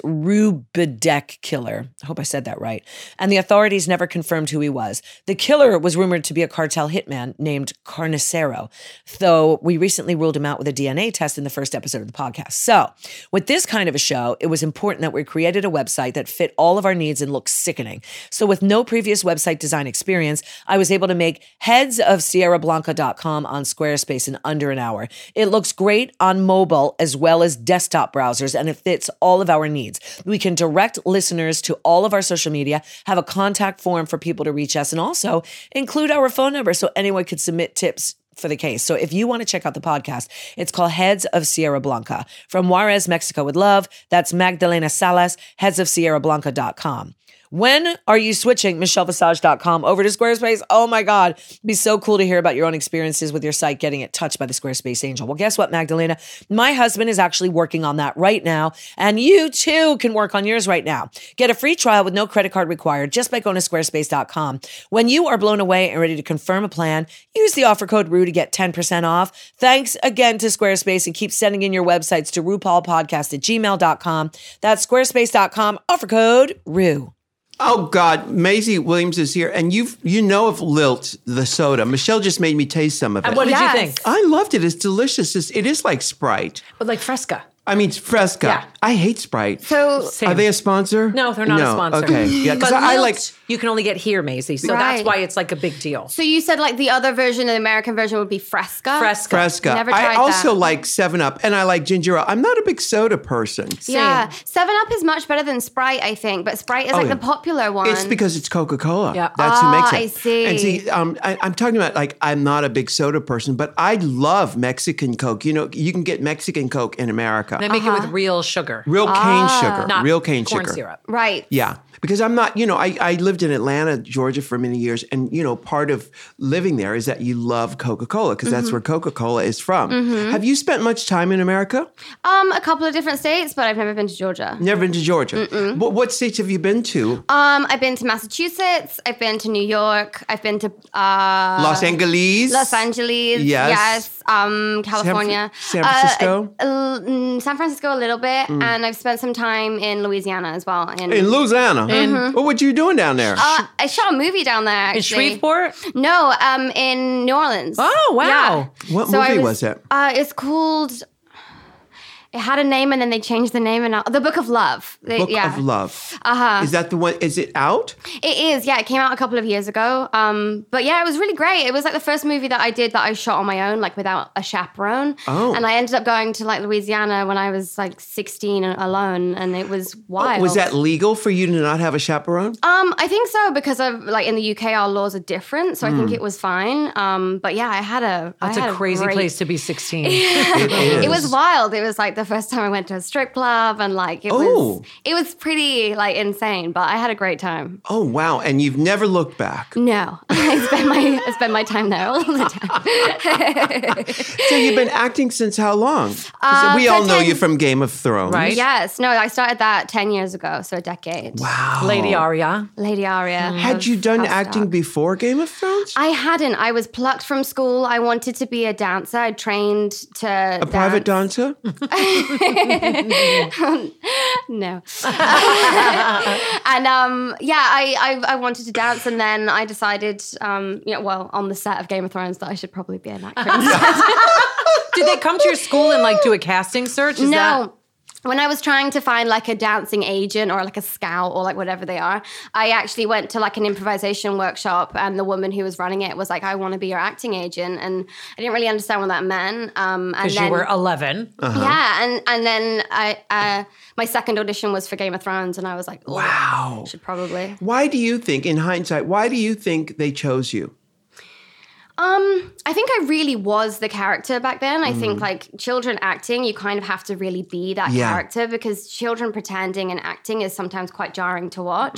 Speaker 2: Rubedeck killer. I hope I said that right. And the authorities never confirmed who he was. The killer was rumored to be a cartel hitman named Carnicero, though we recently ruled him out with a DNA test in the first episode of the podcast. So, with this kind of a show, it was important that we created a website that fit all of our needs and looked sickening. So, with no previous website design experience, I was able to make heads of sierrablanca.com on Squarespace in under an hour. It looks great on mobile as well as desktop browsers, and it fits all of our needs. We can direct listeners to all of our social media, have a contact form for people to reach us, and also include our phone number so anyone could submit tips for the case. So if you want to check out the podcast, it's called Heads of Sierra Blanca. From Juarez, Mexico with Love, that's Magdalena Salas, heads of sierrablanca.com. When are you switching michellevisage.com over to Squarespace? Oh my God. It'd be so cool to hear about your own experiences with your site getting it touched by the Squarespace angel. Well, guess what, Magdalena? My husband is actually working on that right now, and you too can work on yours right now. Get a free trial with no credit card required just by going to squarespace.com. When you are blown away and ready to confirm a plan, use the offer code RUE to get 10% off. Thanks again to Squarespace and keep sending in your websites to RuPaulPodcast at gmail.com. That's squarespace.com, offer code RUE.
Speaker 1: Oh God, Maisie Williams is here, and you you know of Lilt the soda. Michelle just made me taste some of it.
Speaker 7: And what did
Speaker 8: Yes.
Speaker 7: you think?
Speaker 1: I loved it. It's delicious. It's, it is like Sprite.
Speaker 8: Oh,
Speaker 7: But like Fresca.
Speaker 1: I mean, it's Fresca.
Speaker 7: Yeah.
Speaker 1: I hate Sprite.
Speaker 8: So
Speaker 7: Same.
Speaker 1: Are they a sponsor?
Speaker 7: no, they're not a sponsor.
Speaker 1: Okay, yeah, because
Speaker 7: But
Speaker 1: I, I
Speaker 7: Lilt,
Speaker 1: like.
Speaker 7: you can only get here, Maisie. So that's
Speaker 8: Right.
Speaker 7: why it's like a big deal.
Speaker 8: So you said like the other version, the American version, would be Fresca.
Speaker 7: Fresca.
Speaker 1: Fresca.
Speaker 8: Never
Speaker 1: I
Speaker 8: tried
Speaker 1: also
Speaker 8: that.
Speaker 1: like Seven Up, and I like ginger ale. I'm not a big soda person.
Speaker 8: Yeah, Seven Up is much better than Sprite, I think, but Sprite is like
Speaker 1: yeah.
Speaker 8: the popular one.
Speaker 1: Oh, It's because it's Coca Cola.
Speaker 7: Yeah.
Speaker 1: that's who makes
Speaker 8: Ah,
Speaker 1: it.
Speaker 8: I see.
Speaker 1: And see, um, I, I'm talking about like I'm not a big soda person, but I love Mexican Coke. You know, you can get Mexican Coke in America.
Speaker 7: They make it
Speaker 8: Uh-huh.
Speaker 7: with real sugar.
Speaker 1: Real cane sugar.
Speaker 7: not
Speaker 1: real cane
Speaker 7: corn
Speaker 1: sugar.
Speaker 7: syrup.
Speaker 8: right.
Speaker 1: Yeah. Because I'm not, you know, I, I lived in Atlanta, Georgia for many years. And, you know, part of living there is that you love Coca Cola because that's where Coca Cola is from. Have you spent much time in America?
Speaker 8: Um, a couple of different states, but I've never been to Georgia.
Speaker 1: Never been to Georgia. What, what states have you been to?
Speaker 8: Um, I've been to Massachusetts. I've been to New York. I've been to uh,
Speaker 1: Los Angeles?
Speaker 8: Los Angeles.
Speaker 1: Yes.
Speaker 8: Yes. Um, California.
Speaker 1: San Francisco? Mm.
Speaker 8: Uh, uh, mm, San Francisco a little bit, and I've spent some time in Louisiana as well. In,
Speaker 1: In Louisiana. What were you doing down there?
Speaker 8: uh, I shot a movie down there.
Speaker 7: In
Speaker 8: Actually.
Speaker 7: Shreveport?
Speaker 8: No, um, in New Orleans.
Speaker 7: Oh, wow.
Speaker 1: What
Speaker 8: I
Speaker 1: movie was it?
Speaker 8: Uh, it's called. It had a name and then they changed the name and all, the Book of Love. They-
Speaker 1: Book
Speaker 8: yeah.
Speaker 1: of Love. Uh-huh. Is that the one? Is it out?
Speaker 8: It is, yeah. It came out a couple of years ago. Um, but yeah, it was really great. It was like the first movie that I did that I shot on my own, like without a chaperone.
Speaker 1: Oh.
Speaker 8: And I ended up going to like Louisiana when I was like 16 and alone, and it was wild.
Speaker 1: Oh, Was that legal for you to not have a chaperone?
Speaker 8: Um, I think so because of like in the UK, our laws are different, so I
Speaker 1: Mm.
Speaker 8: think it was fine. Um, but yeah, I had a I
Speaker 7: That's
Speaker 8: had
Speaker 7: a crazy
Speaker 8: great-
Speaker 7: place to be 16.
Speaker 8: It was wild. It was like the first time I went to a strip club, and like it
Speaker 1: Oh.
Speaker 8: was it was pretty like insane. But I had a great time.
Speaker 1: Oh, wow. And you've never looked back.
Speaker 8: No, I spent my I spent my time there all the time.
Speaker 1: So you've been acting since how long? 'Cause
Speaker 8: Uh,
Speaker 1: we all
Speaker 8: for
Speaker 1: know
Speaker 8: 10
Speaker 1: you from Game of Thrones,
Speaker 7: Right.
Speaker 8: yes, no, I started that ten years ago, so a decade.
Speaker 1: Wow.
Speaker 7: Lady Aria.
Speaker 8: Lady Aria.
Speaker 1: Had
Speaker 8: of
Speaker 1: you done
Speaker 8: House
Speaker 1: acting
Speaker 8: Stark.
Speaker 1: before Game of Thrones?
Speaker 8: I hadn't. I was plucked from school. I wanted to be a dancer. I trained to a
Speaker 1: a private dancer?
Speaker 8: No. and um, yeah, I, I I wanted to dance, and then I decided, um, you know, well, on the set of Game of Thrones, that I should probably be an actress.
Speaker 7: Did they come to your school and like do a casting search? Is that-
Speaker 8: no. When I was trying to find like a dancing agent or like a scout or like whatever they are, I actually went to like an improvisation workshop and the woman who was running it was like, I want to be your acting agent. And I didn't really understand what that meant. Um, and
Speaker 7: because you
Speaker 8: then-
Speaker 7: were 11.
Speaker 1: Uh-huh.
Speaker 8: Yeah. And, and then I, uh, my second audition was for Game of Thrones and I was like, oh,
Speaker 1: Wow.
Speaker 8: should probably.
Speaker 1: Why do you think, in hindsight, why do you think they chose you?
Speaker 8: Um, I think I really was the character back then. I think like children acting, you kind of have to really be that
Speaker 1: Mm. Yeah.
Speaker 8: character because children pretending and acting is sometimes quite jarring to watch.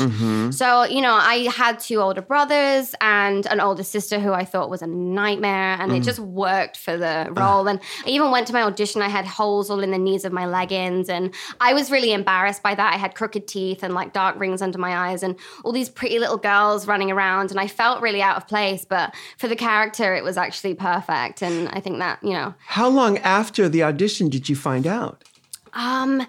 Speaker 8: So, you know, I had two older brothers and an older sister who I thought was a nightmare and it just worked for the role. And I even went to my audition, I had holes all in the knees of my leggings and I was really embarrassed by that. I had crooked teeth and like dark rings under my eyes and all these pretty little girls running around and I felt really out of place, but for the character it was actually perfect and I think that, you know,
Speaker 1: How long after the audition did you find out?
Speaker 8: um,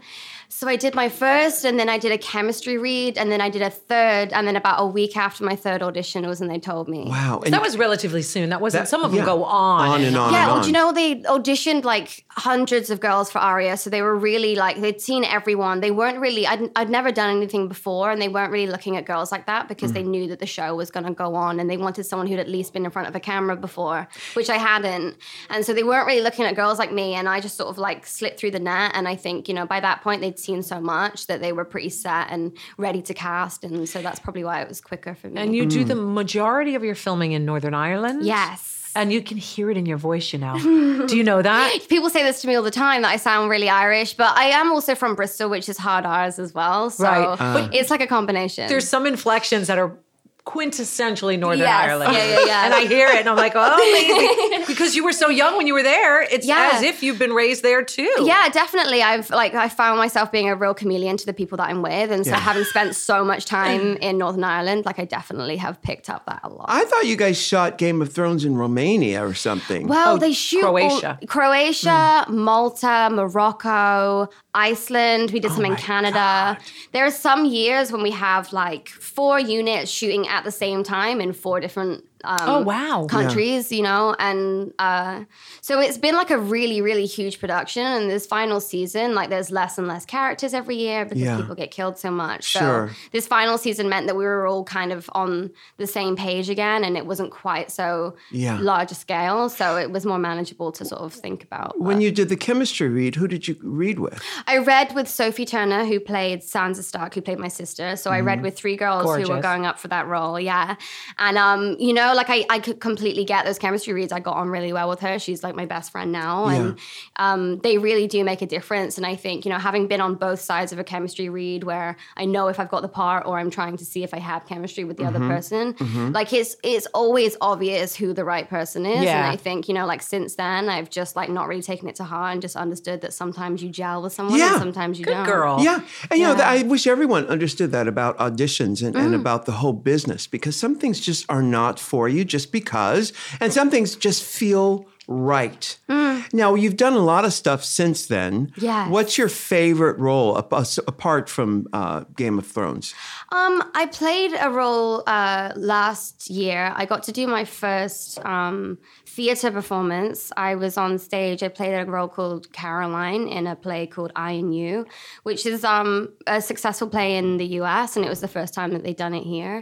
Speaker 8: so I did my first, and then I did a chemistry read, and then I did a third, and then about a week after my third audition was when they told me.
Speaker 1: Wow. And
Speaker 2: that was relatively soon. That wasn't.
Speaker 1: that-
Speaker 2: some of them
Speaker 1: yeah.
Speaker 2: go on,
Speaker 1: On and on.
Speaker 8: Yeah, well,
Speaker 1: on.
Speaker 8: do you know they auditioned like hundreds of girls for Aria, so they were really like they'd seen everyone. They weren't really I'd, I'd never done anything before, and they weren't really looking at girls like that because
Speaker 1: Mm.
Speaker 8: they knew that the show was going to go on, and they wanted someone who'd at least been in front of a camera before, which I hadn't, and so they weren't really looking at girls like me, and I just sort of like slipped through the net, and I think you know by that point they'd seen so much that they were pretty set and ready to cast, and so that's probably why it was quicker for me.
Speaker 2: and you
Speaker 1: Mm.
Speaker 2: do the majority of your filming in Northern Ireland.
Speaker 8: yes.
Speaker 2: and you can hear it in your voice. You know. do you know that?
Speaker 8: people say this to me all the time that I sound really Irish, but I am also from Bristol, which is hard R's as well. So
Speaker 2: Right.
Speaker 8: it's like a combination.
Speaker 2: There's some inflections that are quintessentially Northern
Speaker 8: Yes.
Speaker 2: Ireland.
Speaker 8: Yeah, yeah, yeah.
Speaker 2: And I hear it, and I'm like, oh, maybe. because you were so young when you were there. It's
Speaker 8: Yeah.
Speaker 2: as if you've been raised there too.
Speaker 8: yeah, definitely. I've like I found myself being a real chameleon to the people that I'm with, and so having spent so much time in Northern Ireland, like I definitely have picked up that a lot.
Speaker 1: I thought you guys shot Game of Thrones in Romania or something.
Speaker 8: Well,
Speaker 2: Oh,
Speaker 8: they shoot all-
Speaker 2: Croatia. Hmm.
Speaker 8: Croatia, Malta, Morocco, Iceland. We did
Speaker 2: Oh
Speaker 8: some in Canada. There are some years when we have like four units shooting at the same time in four different. Um,
Speaker 2: Oh, wow. Yeah.
Speaker 8: Countries, you know, and uh, so it's been like a really, really huge production. And this final season, like, there's less and less characters every year because
Speaker 1: Yeah.
Speaker 8: people get killed so much.
Speaker 1: Sure.
Speaker 8: So this final season meant that we were all kind of on the same page again, and it wasn't quite so
Speaker 1: Yeah.
Speaker 8: larger scale. So it was more manageable to sort of think about.
Speaker 1: when
Speaker 8: But
Speaker 1: you did the chemistry read, who did you read with?
Speaker 8: I read with Sophie Turner, who played Sansa Stark, who played my sister. So I read with three girls who were
Speaker 2: Mm-hmm. Gorgeous.
Speaker 8: going up for that role. Yeah, and um, you know, like I, I could completely get those chemistry reads. I got on really well with her. She's like my best friend now, and um, they really do make a difference. And I think you know, having been on both sides of a chemistry read, where I know if I've got the part or I'm trying to see if I have chemistry with the
Speaker 2: Mm-hmm.
Speaker 8: other person, like it's it's always obvious who the right person is.
Speaker 2: Yeah.
Speaker 8: And I think you know, like since then, I've just like not really taken it to heart and just understood that sometimes you gel with someone
Speaker 1: Yeah.
Speaker 8: and sometimes you
Speaker 2: Good
Speaker 8: don't.
Speaker 2: girl.
Speaker 1: Yeah. And, you know, I wish everyone understood that about auditions and, and about the whole business because some things just are not for you just because, and some things just feel right. Now, you've done a lot of stuff since then.
Speaker 8: Yes.
Speaker 1: What's your favorite role ap- as- apart from uh, Game of Thrones?
Speaker 8: Um, I played a role uh, last year. I got to do my first um, theater performance. I was on stage. I played a role called Caroline in a play called I and You, which is um, a successful play in the US, and it was the first time that they'd done it here.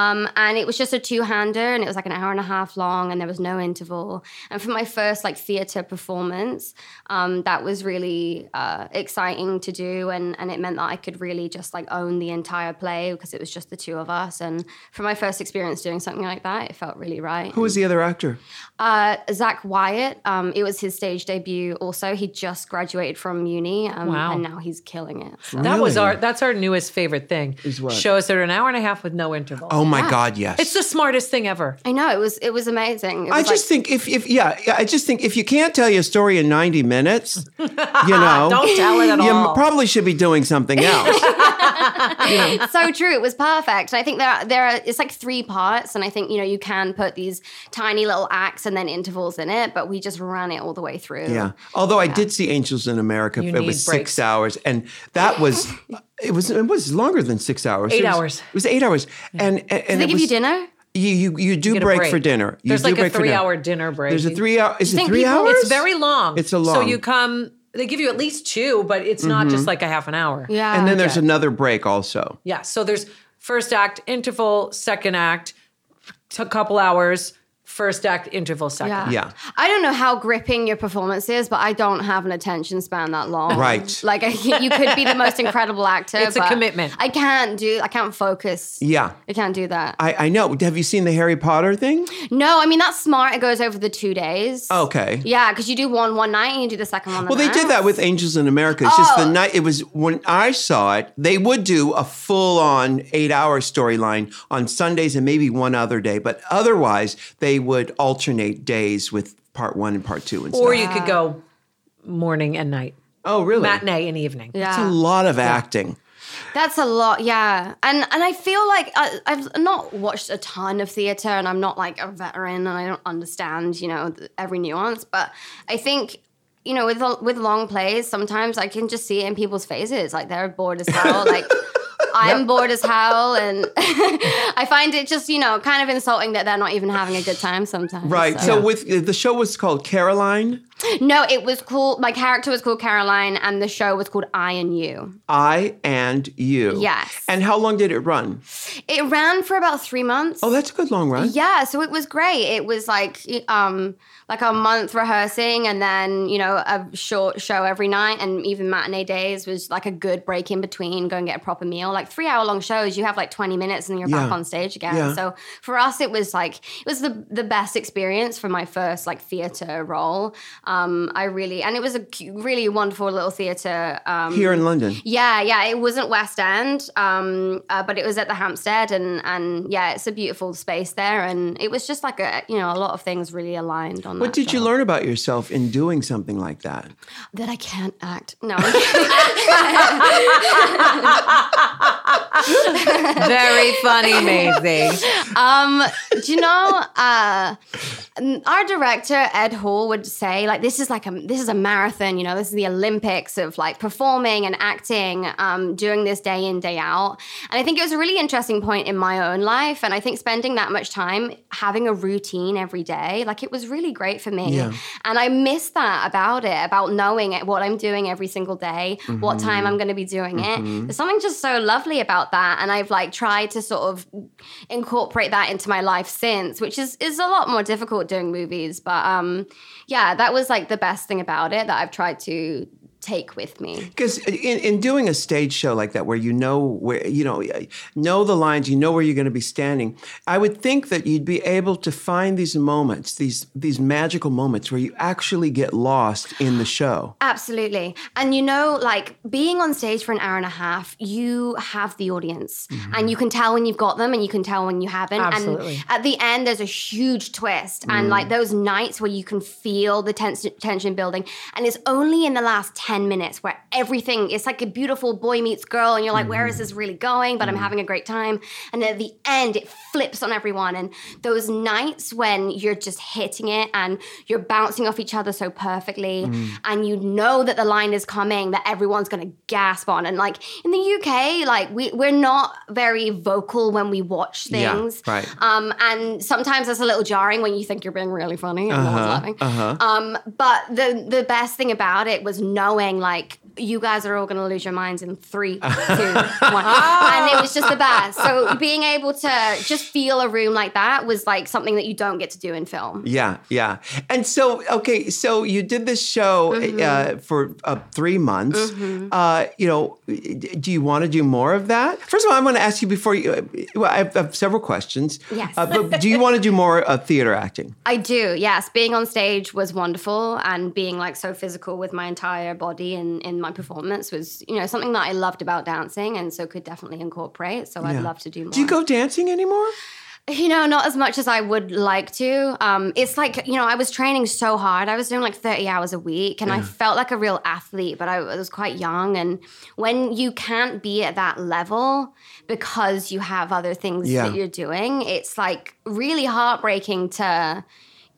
Speaker 8: Um, and it was just a two-hander, and it was like an hour and a half long, and there was no interval. And for my first like theater performance, um, that was really uh, exciting to do, and and it meant that I could really just like own the entire play because it was just the two of us. And for my first experience doing something like that, it felt really right.
Speaker 1: Who was the other actor?
Speaker 8: Uh, Zach Wyatt. Um, it was his stage debut. Also, he just graduated from uni, um,
Speaker 2: Wow.
Speaker 8: and now he's killing it. So.
Speaker 2: That was
Speaker 1: Really?
Speaker 2: our that's our newest favorite thing. Is
Speaker 1: what?
Speaker 2: Shows that are an hour and a half with no interval.
Speaker 1: Oh my God, yes.
Speaker 2: It's the smartest thing ever.
Speaker 8: I know it was it was amazing. It
Speaker 1: I
Speaker 8: was,
Speaker 1: just think if, if yeah, yeah, I just think if you can't tell your story in 90 minutes, you know,
Speaker 2: Don't tell it at
Speaker 1: you
Speaker 2: all.
Speaker 1: probably should be doing something else.
Speaker 8: It's so true. It was perfect. And I think there are, there are it's like three parts, and I think you know you can put these tiny little acts and then intervals in it, but we just ran it all the way through.
Speaker 1: Yeah. Although I did see Angels in America.
Speaker 2: You
Speaker 1: it
Speaker 2: need
Speaker 1: was
Speaker 2: breaks.
Speaker 1: six hours, and that was it was it was longer than six hours.
Speaker 2: Eight
Speaker 1: It was-
Speaker 2: hours.
Speaker 1: It was eight hours, and and, and
Speaker 8: Did they
Speaker 1: it
Speaker 8: give
Speaker 1: was,
Speaker 8: you dinner?
Speaker 1: You you, you do
Speaker 2: Get a
Speaker 1: break, for dinner. You
Speaker 2: There's
Speaker 1: do
Speaker 2: like a
Speaker 1: break for
Speaker 2: three
Speaker 1: dinner.
Speaker 2: hour dinner break.
Speaker 1: There's a three hour. Is it
Speaker 8: think
Speaker 1: three
Speaker 8: people-
Speaker 1: hours?
Speaker 2: It's very long.
Speaker 1: It's a
Speaker 2: So
Speaker 1: long- Mm-hmm.
Speaker 2: you come. They give you at least two, but it's not just like a half an hour.
Speaker 8: Yeah.
Speaker 1: And then there's another break also.
Speaker 2: Yeah. So there's first act interval, second act, t- couple hours, first act, interval, second.
Speaker 8: Yeah.
Speaker 1: Yeah.
Speaker 8: I don't know how gripping your performance is, but I don't have an attention span that long.
Speaker 1: Right.
Speaker 8: Like I, you could be the most incredible actor.
Speaker 2: It's a
Speaker 8: but
Speaker 2: commitment.
Speaker 8: I can't do. I can't focus.
Speaker 1: Yeah.
Speaker 8: I can't do that.
Speaker 1: I, I know. Have you seen the Harry Potter thing?
Speaker 8: no, I mean that's smart. It goes over the two days.
Speaker 1: Okay.
Speaker 8: Yeah, because you do one one night and you do the second one. the
Speaker 1: Well, they did
Speaker 8: next.
Speaker 1: that with Angels in America. It's just the
Speaker 8: Oh.
Speaker 1: night it was when I saw it, they would do a full on eight hour storyline on Sundays and maybe one other day, but otherwise they would alternate days with part one and part two and
Speaker 2: Or
Speaker 1: stuff.
Speaker 2: you could go morning and night,
Speaker 1: Oh, really?
Speaker 2: matinee and evening.
Speaker 1: That's a
Speaker 8: Yeah,
Speaker 1: lot of acting.
Speaker 8: that's a lot. Yeah, and and I feel like I, I've not watched a ton of theater, and I'm not like a veteran, and I don't understand you know th- every nuance. But I think you know with l- with long plays, sometimes I can just see it in people's faces, like they're bored as hell, like. I'm bored as hell, and I find it just you know kind of insulting that they're not even having a good time sometimes.
Speaker 1: Right.
Speaker 8: so-
Speaker 1: So with the show was called Caroline.
Speaker 8: No, it was called. My character was called Caroline, and the show was called I and You.
Speaker 1: I and you.
Speaker 8: Yes.
Speaker 1: And how long did it run?
Speaker 8: It ran for about three months.
Speaker 1: Oh, that's a good long run.
Speaker 8: yeah, so it was great. It was like um like a month rehearsing, and then you know a short show every night, and even matinee days was like a good break in between. Go and get a proper meal. Like three hour long shows, you have like twenty minutes, and then you're back
Speaker 1: Yeah.
Speaker 8: on stage again.
Speaker 1: Yeah.
Speaker 8: So for us, it was like it was the the best experience for my first like theater role. Um, I really and it was a cu- really wonderful little theater. Um,
Speaker 1: Here in London.
Speaker 8: Yeah, yeah. It wasn't West End, um, uh, but it was at the Hampstead, and and yeah, it's a beautiful space there, and it was just like a you know a lot of things really aligned on.
Speaker 1: What did you learn about yourself in doing something like that?
Speaker 8: That I can't act. No.
Speaker 2: Very funny, Maisie.
Speaker 8: um, do you know? Uh, our director Ed Hall would say like this is like a this is a marathon. You know, this is the Olympics of like performing and acting, um, doing this day in day out. And I think it was a really interesting point in my own life, and I think spending that much time having a routine every day, like it was really great for me.
Speaker 1: Yeah.
Speaker 8: And I miss that about it, about knowing it, what I'm doing every single day, what time I'm going to be doing it. There's something just so lovely about that, and I've like tried to sort of incorporate that into my life since, which is is a lot more difficult doing movies. But um, yeah, that was like the best thing about it that I've tried to take with me.
Speaker 1: Because uh, in, in doing a stage show like that, where you know where you know know the lines, you know where you're going to be standing, I would think that you'd be able to find these moments, these these magical moments where you actually get lost in the show.
Speaker 8: Absolutely. And you know, like being on stage for an hour and a half, you have the audience and you can tell when you've got them and you can tell when you haven't.
Speaker 2: Absolutely.
Speaker 8: And at the end, there's a huge twist.
Speaker 1: Mm.
Speaker 8: And like those nights where you can feel the tens- tension building. And it's only in the last 10 minutes where everything, it's like a beautiful boy meets girl. And you're like,
Speaker 1: Mm.
Speaker 8: where is this really going? But I'm having a great time. And at the end, it flips on everyone. And those nights when you're just hitting it and you're bouncing off each other so perfectly
Speaker 1: Mm.
Speaker 8: and you know that the line is coming that everyone's going to gasp on and like in the UK like we we're not very vocal when we watch
Speaker 1: Yeah,
Speaker 8: things
Speaker 1: right.
Speaker 8: um and sometimes it's a little jarring when you think you're being really funny and no
Speaker 1: Uh-huh,
Speaker 8: one's laughing um but the the best thing about it was knowing like you guys are all going to lose your minds in three, two, one, and it was just the best. So being able to just feel a room like that was like something that you don't get to do in film.
Speaker 1: Yeah, yeah. And so, okay, so you did this show uh, for uh, three months. Uh, you know, d- do you want to do more of that? First of all, I'm going to ask you before you. Well, I have, I have several questions.
Speaker 8: Yes.
Speaker 1: Uh, but do you want to do more uh, theater acting?
Speaker 8: I do, yes. Being on stage was wonderful, and being like so physical with my entire body and in my performance was, you know, something that I loved about dancing, and so could definitely incorporate. So I'd
Speaker 1: Yeah.
Speaker 8: love to do more.
Speaker 1: Do you go dancing anymore?
Speaker 8: You know, not as much as I would like to. Um, it's like, you know, I was training so hard. I was doing like 30 hours a week and I felt like a real athlete, but I was quite young. And when you can't be at that level because you have other things
Speaker 1: Yeah.
Speaker 8: that you're doing, it's like really heartbreaking to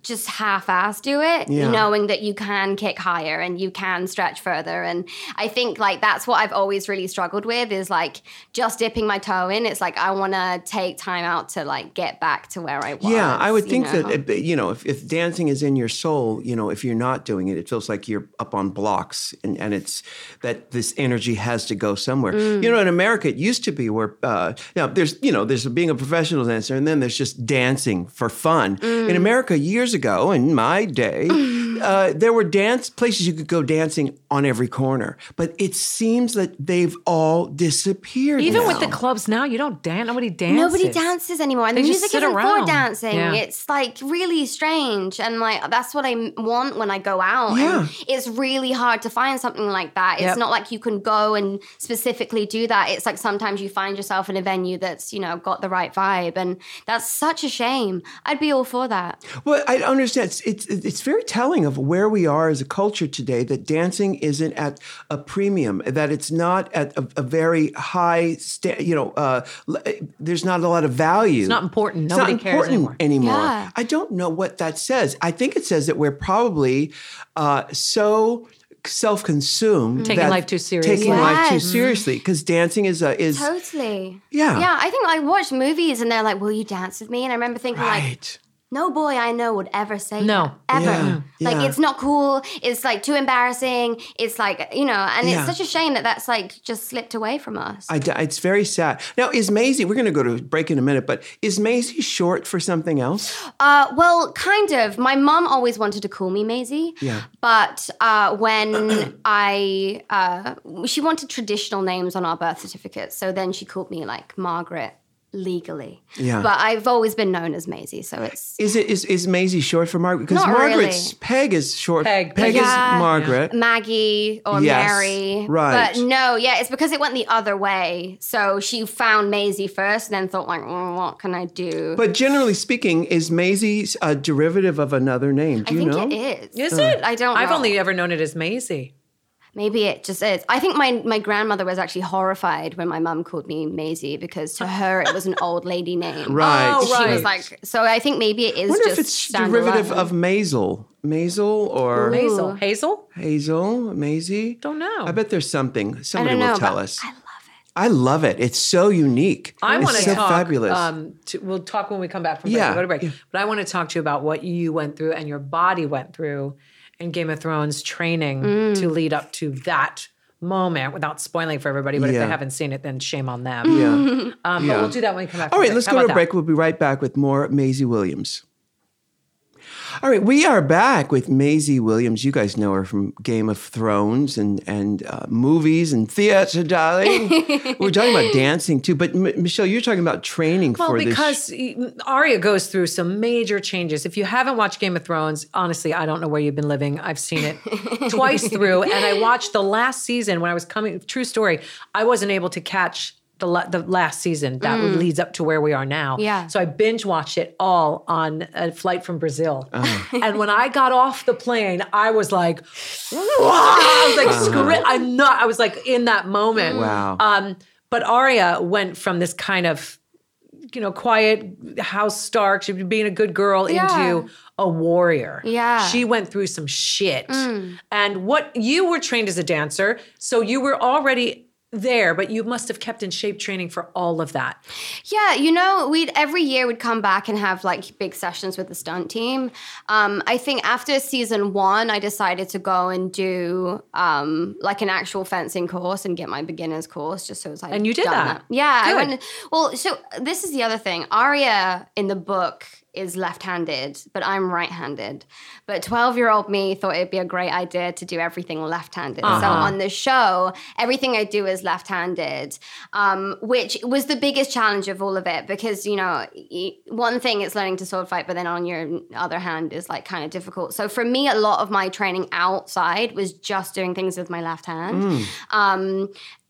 Speaker 8: just half-ass do it,
Speaker 1: Yeah.
Speaker 8: knowing that you can kick higher and you can stretch further. And I think like that's what I've always really struggled with is like just dipping my toe in. It's like I want to take time out to like get back to where I was.
Speaker 1: Yeah, I would
Speaker 8: you
Speaker 1: think
Speaker 8: know?
Speaker 1: that uh, you know if, if dancing is in your soul, you know if you're not doing it, it feels like you're up on blocks, and, and it's that this energy has to go somewhere. You know, in America, it used to be where uh, now there's you know there's being a professional dancer, and then there's just dancing for fun. In America, years ago, in my day, uh, there were dance places you could go dancing on every corner, but it seems that they've all disappeared.
Speaker 2: Even
Speaker 1: now.
Speaker 2: with the clubs now, you don't dance. Nobody dances.
Speaker 8: Nobody dances anymore, and
Speaker 2: They
Speaker 8: the
Speaker 2: just
Speaker 8: music
Speaker 2: sit
Speaker 8: isn't
Speaker 2: around.
Speaker 8: for dancing.
Speaker 2: Yeah.
Speaker 8: It's like really strange, and like that's what I m- want when I go out. and
Speaker 1: Yeah.
Speaker 8: it's really hard to find something like that. It's
Speaker 2: Yep.
Speaker 8: not like you can go and specifically do that. It's like sometimes you find yourself in a venue that's you know got the right vibe, and that's such a shame. I'd be all for that.
Speaker 1: Well, I understand. It's, it's it's very telling of where we are as a culture today that dancing isn't at a premium, that it's not at a, a very high, sta- you know, uh, l- there's not a lot of value. It's
Speaker 2: not important.
Speaker 1: It's
Speaker 2: Nobody
Speaker 1: not
Speaker 2: cares
Speaker 1: important
Speaker 2: anymore.
Speaker 1: anymore.
Speaker 8: Yeah.
Speaker 1: I don't know what that says. I think it says that we're probably uh, so self-consumed
Speaker 2: Taking
Speaker 1: that-
Speaker 2: life too serious.
Speaker 1: taking life too
Speaker 8: Yes.
Speaker 1: seriously because dancing is a is
Speaker 8: Totally.
Speaker 1: Yeah.
Speaker 8: Yeah. I think I watched movies and they're like, "Will you dance with me?" And I remember thinking like,
Speaker 1: right.
Speaker 8: no boy I know would ever say
Speaker 2: No.
Speaker 8: that,
Speaker 1: Yeah,
Speaker 8: ever. Like
Speaker 1: yeah.
Speaker 8: it's not cool. It's like too embarrassing. It's like you know, and
Speaker 1: Yeah.
Speaker 8: it's such a shame that that's like just slipped away from us.
Speaker 1: I d it's very sad. Now, is Maisie, we're going to go to break in a minute, but is Maisie short for something else?
Speaker 8: Uh, well, kind of. My mum always wanted to call me Maisie.
Speaker 1: Yeah.
Speaker 8: But uh, when I, uh, she wanted traditional names on our birth certificates, so then she called me like Margaret legally.
Speaker 1: Yeah.
Speaker 8: But I've always been known as Maisie, so it's
Speaker 1: Is it is, is Maisie short for Margaret? Because
Speaker 8: Not
Speaker 1: Margaret's
Speaker 8: really.
Speaker 1: Peg is short.
Speaker 2: Peg.
Speaker 1: Peg
Speaker 8: Yeah.
Speaker 1: is Margaret.
Speaker 8: Maggie or
Speaker 1: Yes,
Speaker 8: Mary.
Speaker 1: right.
Speaker 8: But no, yeah, it's because it went the other way. So she found Maisie first and then thought, like, "Mm, what can I do?
Speaker 1: But generally speaking, is Maisie a derivative of another name? Do
Speaker 8: I
Speaker 1: you
Speaker 8: think
Speaker 1: know?
Speaker 8: it is.
Speaker 2: Is it?
Speaker 8: I don't
Speaker 2: I've
Speaker 8: know.
Speaker 2: only ever known it as Maisie.
Speaker 8: Maybe it just is. I think my, my grandmother was actually horrified when my mum called me Maisie because to her it was an old lady name.
Speaker 1: Right.
Speaker 2: Oh,
Speaker 8: She
Speaker 2: right.
Speaker 8: was like, so I think maybe it
Speaker 1: I
Speaker 8: is
Speaker 1: wonder
Speaker 8: just
Speaker 1: if it's
Speaker 8: standalone.
Speaker 1: derivative of Maisel. Maisel or
Speaker 2: Hazel. Hazel?
Speaker 1: Hazel? Maisie?
Speaker 2: Don't know.
Speaker 1: I bet there's something.
Speaker 8: I
Speaker 1: Somebody
Speaker 8: don't know.
Speaker 1: will tell
Speaker 8: but
Speaker 1: us.
Speaker 8: I love it.
Speaker 1: I love it. It's so unique.
Speaker 2: I
Speaker 1: It's
Speaker 2: want to
Speaker 1: so
Speaker 2: talk.
Speaker 1: fabulous.
Speaker 2: Um, to, we'll talk when we come back from break.
Speaker 1: Yeah,
Speaker 2: We'll go to break.
Speaker 1: yeah.
Speaker 2: But I want to talk to you about what you went through and your body went through in Game of Thrones training
Speaker 1: Mm.
Speaker 2: to lead up to that moment without spoiling for everybody. But if
Speaker 1: Yeah.
Speaker 2: they haven't seen it, then shame on them. Yeah. Um, But we'll do that when we come back.
Speaker 1: All
Speaker 2: from
Speaker 1: right, let's
Speaker 2: How
Speaker 1: go to a
Speaker 2: about
Speaker 1: break.
Speaker 2: that?
Speaker 1: We'll be right back with more Maisie Williams. All right, we are back with Maisie Williams. You guys know her from Game of Thrones and and uh, movies and theater, darling. We're talking about dancing too, but M- Michelle, you're talking about training
Speaker 2: Well,
Speaker 1: for this.
Speaker 2: because Arya goes through some major changes. If you haven't watched Game of Thrones, honestly, I don't know where you've been living. I've seen it twice through, and I watched the last season when I was coming. True story. I wasn't able to catch the la- the last season that
Speaker 1: Mm.
Speaker 2: leads up to where we are now.
Speaker 8: Yeah.
Speaker 2: So I binge watched it all on a flight from Brazil,
Speaker 1: Uh-huh.
Speaker 2: and when I got off the plane, I was like, "Whoa!" I was like, screw it. I'm not. I was like in that moment.
Speaker 1: Uh-huh. Wow.
Speaker 2: Um, but Arya went from this kind of, you know, quiet house Stark, she being a good girl,
Speaker 8: Yeah.
Speaker 2: into a warrior.
Speaker 8: Yeah. Mm.
Speaker 2: She went through some shit. And what you were trained as a dancer, so you were already there, but you must have kept in shape training for all of that.
Speaker 8: Yeah, you know, we'd every year we'd come back and have like big sessions with the stunt team. Um, I think after season one, I decided to go and do um, like an actual fencing course and get my beginners course, just so it's like.
Speaker 2: And you did
Speaker 8: done
Speaker 2: that.
Speaker 8: Yeah, I
Speaker 2: Good.
Speaker 8: went. Well, so uh, this is the other thing. Aria in the book is left-handed, but I'm right-handed. But 12-year-old me thought it'd be a great idea to do everything left-handed. So on the show, everything I do is left-handed, um, which was the biggest challenge of all of it because you know y- one thing is learning to sword fight, but then on your other hand is like kind of difficult. So for me, a lot of my training outside was just doing things with my left hand. Um,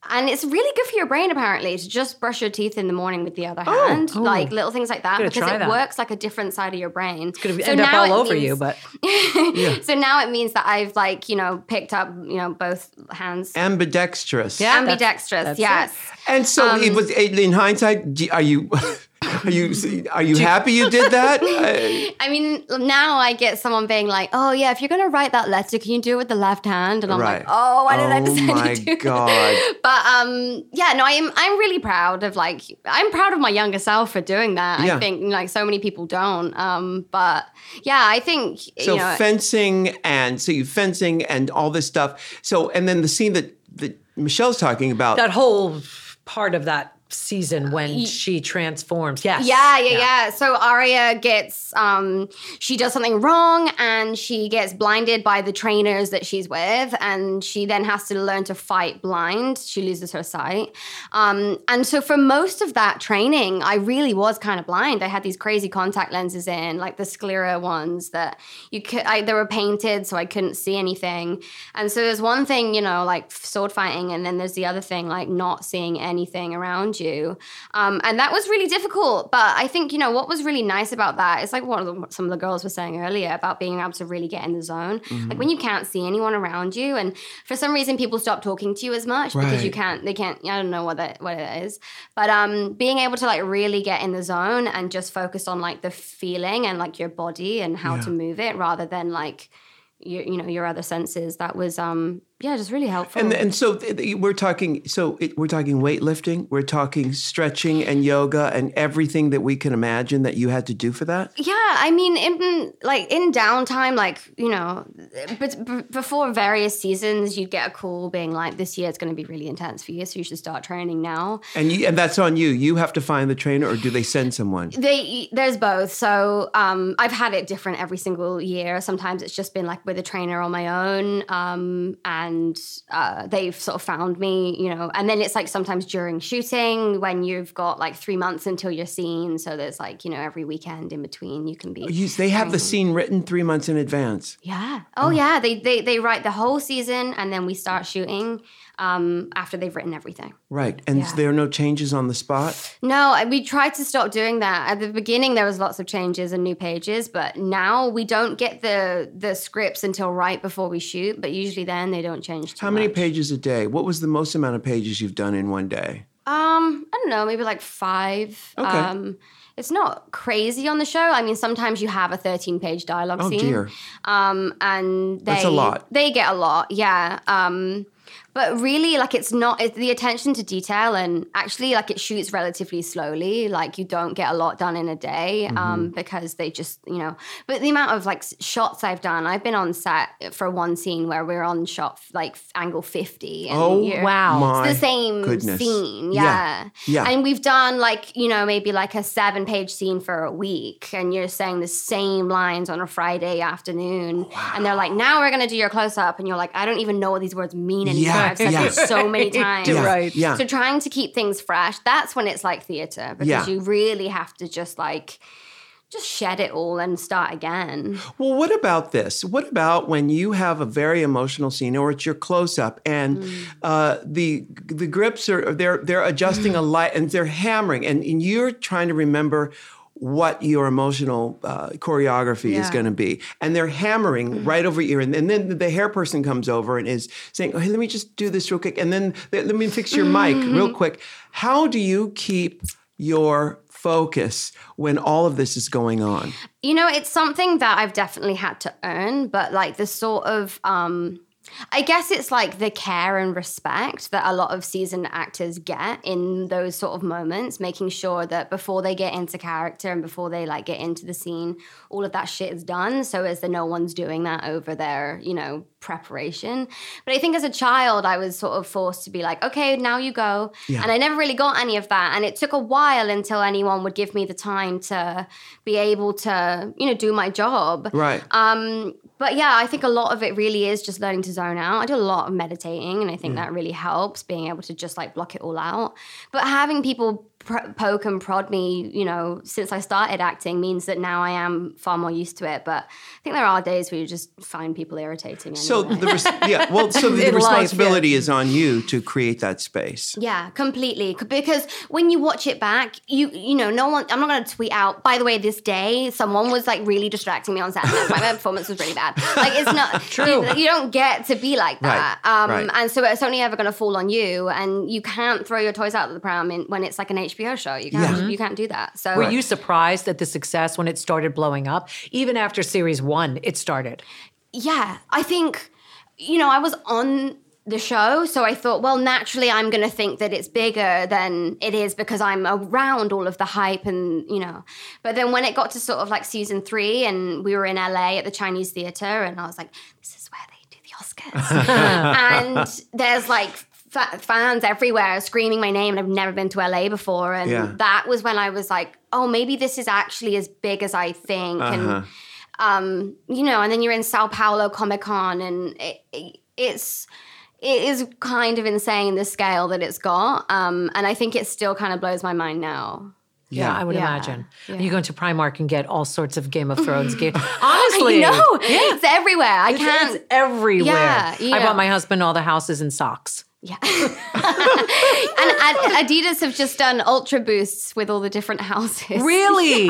Speaker 8: and it's really good for your brain, apparently, to just brush your teeth in the morning with the other hand, like little things like that,
Speaker 2: Oh, Gotta
Speaker 8: because
Speaker 2: try
Speaker 8: it
Speaker 2: that.
Speaker 8: works like a different side of your brain. It's
Speaker 2: Could have ended up all over you, but
Speaker 8: so now it means that I've like you know picked up you know both hands,
Speaker 1: ambidextrous.
Speaker 2: Yeah. that's-
Speaker 8: ambidextrous.
Speaker 2: that's
Speaker 8: yes,
Speaker 1: And so it was in hindsight, do- are you Are you are you happy you did that? Uh, I-
Speaker 8: I mean, now I get someone being like, "Oh yeah, if you're gonna write that letter, can you do it with the left hand?" And I'm
Speaker 1: Right.
Speaker 8: like, "Oh, why did I
Speaker 1: Oh
Speaker 8: decide
Speaker 1: my
Speaker 8: to do that?"
Speaker 1: God.
Speaker 8: But um, yeah, no, I'm I'm really proud of like I'm proud of my younger self for doing that.
Speaker 1: Yeah.
Speaker 8: I think like so many people don't. Um, but yeah, I think
Speaker 1: so
Speaker 8: you know,
Speaker 1: fencing and so you fencing and all this stuff. So and then the scene that that Michelle's talking about.
Speaker 2: that whole part of that season when she transforms. Yes.
Speaker 8: Yeah, yeah, yeah, So Arya gets um she does something wrong and she gets blinded by the trainers that she's with and she then has to learn to fight blind. She loses her sight. Um and so for most of that training, I really was kind of blind. I had these crazy contact lenses in, like the sclera ones that you could I, they were painted so I couldn't see anything. And so there's one thing, you know, like sword fighting and then there's the other thing like not seeing anything around you. Um, and that was really difficult. But I think, you know, what was really nice about that is like what the- some of the girls were saying earlier about being able to really get in the zone.
Speaker 1: Mm-hmm.
Speaker 8: Like when you can't see anyone around you, and for some reason people stop talking to you as much because you
Speaker 1: Right.
Speaker 8: can't, they can't, I don't know what that, what it is. But um, being able to like really get in the zone and just focus on like the feeling and like your body and how to move it rather than like, you, you know, your other senses, that was, um, yeah, just really helpful.
Speaker 1: and, and so th- th- we're talking. So it, we're talking weightlifting. We're talking stretching and yoga and everything that we can imagine that you had to do for that.
Speaker 8: Yeah, I mean, in like in downtime, like you know, but b- before various seasons, you'd get a call being like, "This year is going to be really intense for you, so you should start training now."
Speaker 1: And you, and that's on you. You have to find the trainer, or do they send someone?
Speaker 8: They there's both. So um, I've had it different every single year. Sometimes it's just been like with a trainer on my own, um, and uh, they've sort of found me, you know. And then it's like sometimes during shooting when you've got like three months until you're seen, so there's like you know every weekend in between you can be.
Speaker 1: You, they have the scene written three months in advance.
Speaker 8: Yeah. Oh, yeah. They, they they write the whole season and then we start shooting um, after they've written everything.
Speaker 1: Right. And
Speaker 8: Yeah.
Speaker 1: there are no changes on the spot.
Speaker 8: No, I- we tried to stop doing that. At the beginning, there was lots of changes and new pages, but now we don't get the the scripts until right before we shoot. But usually, then they don't change. Too
Speaker 1: How many
Speaker 8: much.
Speaker 1: pages a day? What was the most amount of pages you've done in one day?
Speaker 8: Um, I don't know, maybe like five.
Speaker 1: Okay.
Speaker 8: Um, it's not crazy on the show. I mean, sometimes you have a 13 page dialogue
Speaker 1: Oh,
Speaker 8: scene.
Speaker 1: dear.
Speaker 8: Um, and they,
Speaker 1: That's a lot.
Speaker 8: They get a lot, yeah. Um, but really, like, it's not it's the attention to detail, and actually, like, it shoots relatively slowly. Like, you don't get a lot done in a day
Speaker 1: Mm-hmm.
Speaker 8: um, because they just, you know. But the amount of like s- shots I've done, I've been on set for one scene where we're on shot like angle 50. And
Speaker 1: Oh,
Speaker 8: you're-
Speaker 2: Wow.
Speaker 1: My
Speaker 8: it's the same
Speaker 1: goodness.
Speaker 8: scene.
Speaker 1: Yeah.
Speaker 8: Yeah.
Speaker 1: Yeah.
Speaker 8: And we've done like, you know, maybe like a seven page scene for a week, and you're saying the same lines on a Friday afternoon. And they're like, now we're going to do your close up. And you're like, I don't even know what these words mean anymore.
Speaker 1: Yeah,
Speaker 8: I've said
Speaker 1: yeah.
Speaker 8: this so many times.
Speaker 1: Yeah,
Speaker 2: Right.
Speaker 1: Yeah.
Speaker 8: So trying to keep things fresh, that's when it's like theater
Speaker 1: Yeah.
Speaker 8: because you really have to just like, just shed it all and start again.
Speaker 1: Well, what about this? What about when you have a very emotional scene, or it's your close-up, and uh, the the grips are they're they're adjusting a light and they're hammering, and, and you're trying to remember what your emotional uh, choreography is
Speaker 8: Yeah.
Speaker 1: going to be, and they're hammering right over your ear, and, and then the hair person comes over and is saying, "Hey, let me just do this real quick," and then let me fix your mic real quick. How do you keep your focus when all of this is going on?
Speaker 8: You know, it's something that I've definitely had to earn, but like the sort of um I guess it's like the care and respect that a lot of seasoned actors get in those sort of moments, making sure that before they get into character and before they like get into the scene, all of that shit is done so as that no one's doing that over their, you know, preparation. But I think as a child I was sort of forced to be like, okay, now you go. And I never really got any of that. And it took a while until anyone would give me the time to be able to, you know, do my job.
Speaker 1: Right.
Speaker 8: Um, but yeah, I think a lot of it really is just learning to zone out. I do a lot of meditating, and I think that really helps being able to just like block it all out. But having people pr- poke and prod me, you know, since I started acting means that now I am far more used to it. But I think there are days where you just find people irritating.
Speaker 1: So
Speaker 8: anyway.
Speaker 1: the res- yeah, well, so the
Speaker 2: In life,
Speaker 1: responsibility is on you to create that space.
Speaker 8: Yeah, completely. C- Because when you watch it back, you you know, no one. I'm not going to tweet out. By the way, this day, someone was like really distracting me on set. That's why my performance was really bad. Like it's not true. You, you don't get to be like that.
Speaker 1: Right,
Speaker 8: Um,
Speaker 1: right.
Speaker 8: And so it's only ever going to fall on you, and you can't throw your toys out of the pram in, when it's like an HBO HBO show. You can't
Speaker 1: Yeah.
Speaker 8: you can't do that. So
Speaker 2: Were you surprised at the success when it started blowing up? Even after series one, it started.
Speaker 8: yeah, I think, you know, I was on the show, so I thought, well, naturally, I'm going to think that it's bigger than it is because I'm around all of the hype and, you know. But then when it got to sort of like season three and we were in LA at the Chinese theater, and I was like, this is where they do the Oscars. and there's like, fa- Fans everywhere screaming my name, and I've never been to LA before. And
Speaker 1: Yeah.
Speaker 8: that was when I was like, oh, maybe this is actually as big as I think. And um, you know, and then you're in Sao Paulo Comic Con, and it, it, it's it is kind of insane the scale that it's got. Um, and I think it still kind of blows my mind now.
Speaker 2: Yeah, I would
Speaker 8: Yeah.
Speaker 2: imagine. You go into Primark and get all sorts of Game of Thrones gear. Honestly,
Speaker 8: No, it's everywhere. I
Speaker 2: It's-
Speaker 8: can't.
Speaker 2: It's everywhere.
Speaker 8: Yeah, you
Speaker 2: I
Speaker 8: know.
Speaker 2: bought my husband all the houses in socks.
Speaker 8: yeah. and Ad- Adidas have just done Ultra Boosts with all the different houses.
Speaker 2: Really?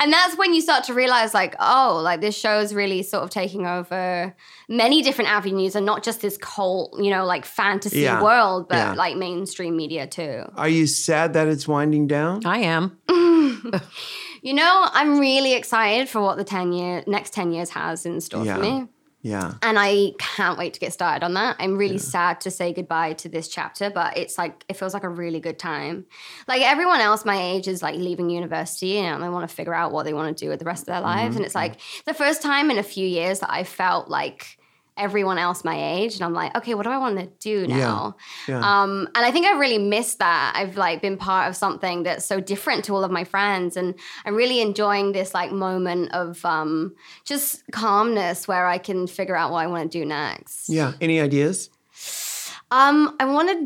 Speaker 8: and that's when you start to realize like oh like this show is really sort of taking over many different avenues and not just this cult you know like fantasy
Speaker 1: Yeah.
Speaker 8: world but
Speaker 1: Yeah.
Speaker 8: like mainstream media too
Speaker 1: Are you sad that it's winding down?
Speaker 2: I am.
Speaker 8: you know i'm really excited for what the 10 year next 10 years has in store
Speaker 1: Yeah.
Speaker 8: for me
Speaker 1: Yeah.
Speaker 8: and i can't wait to get started on that i'm really sad to say goodbye to this chapter but it's like it feels like a really good time like everyone else my age is like leaving university and they want to figure out what they want to do with the rest of their lives and it's like the first time in a few years that i felt like everyone else my age and i'm like okay what do i want to do now
Speaker 1: Yeah.
Speaker 8: um, and i think i've really missed that i've like been part of something that's so different to all of my friends and i'm really enjoying this like moment of um, just calmness where i can figure out what i want to do next
Speaker 1: Yeah. Any ideas?
Speaker 8: um, I want to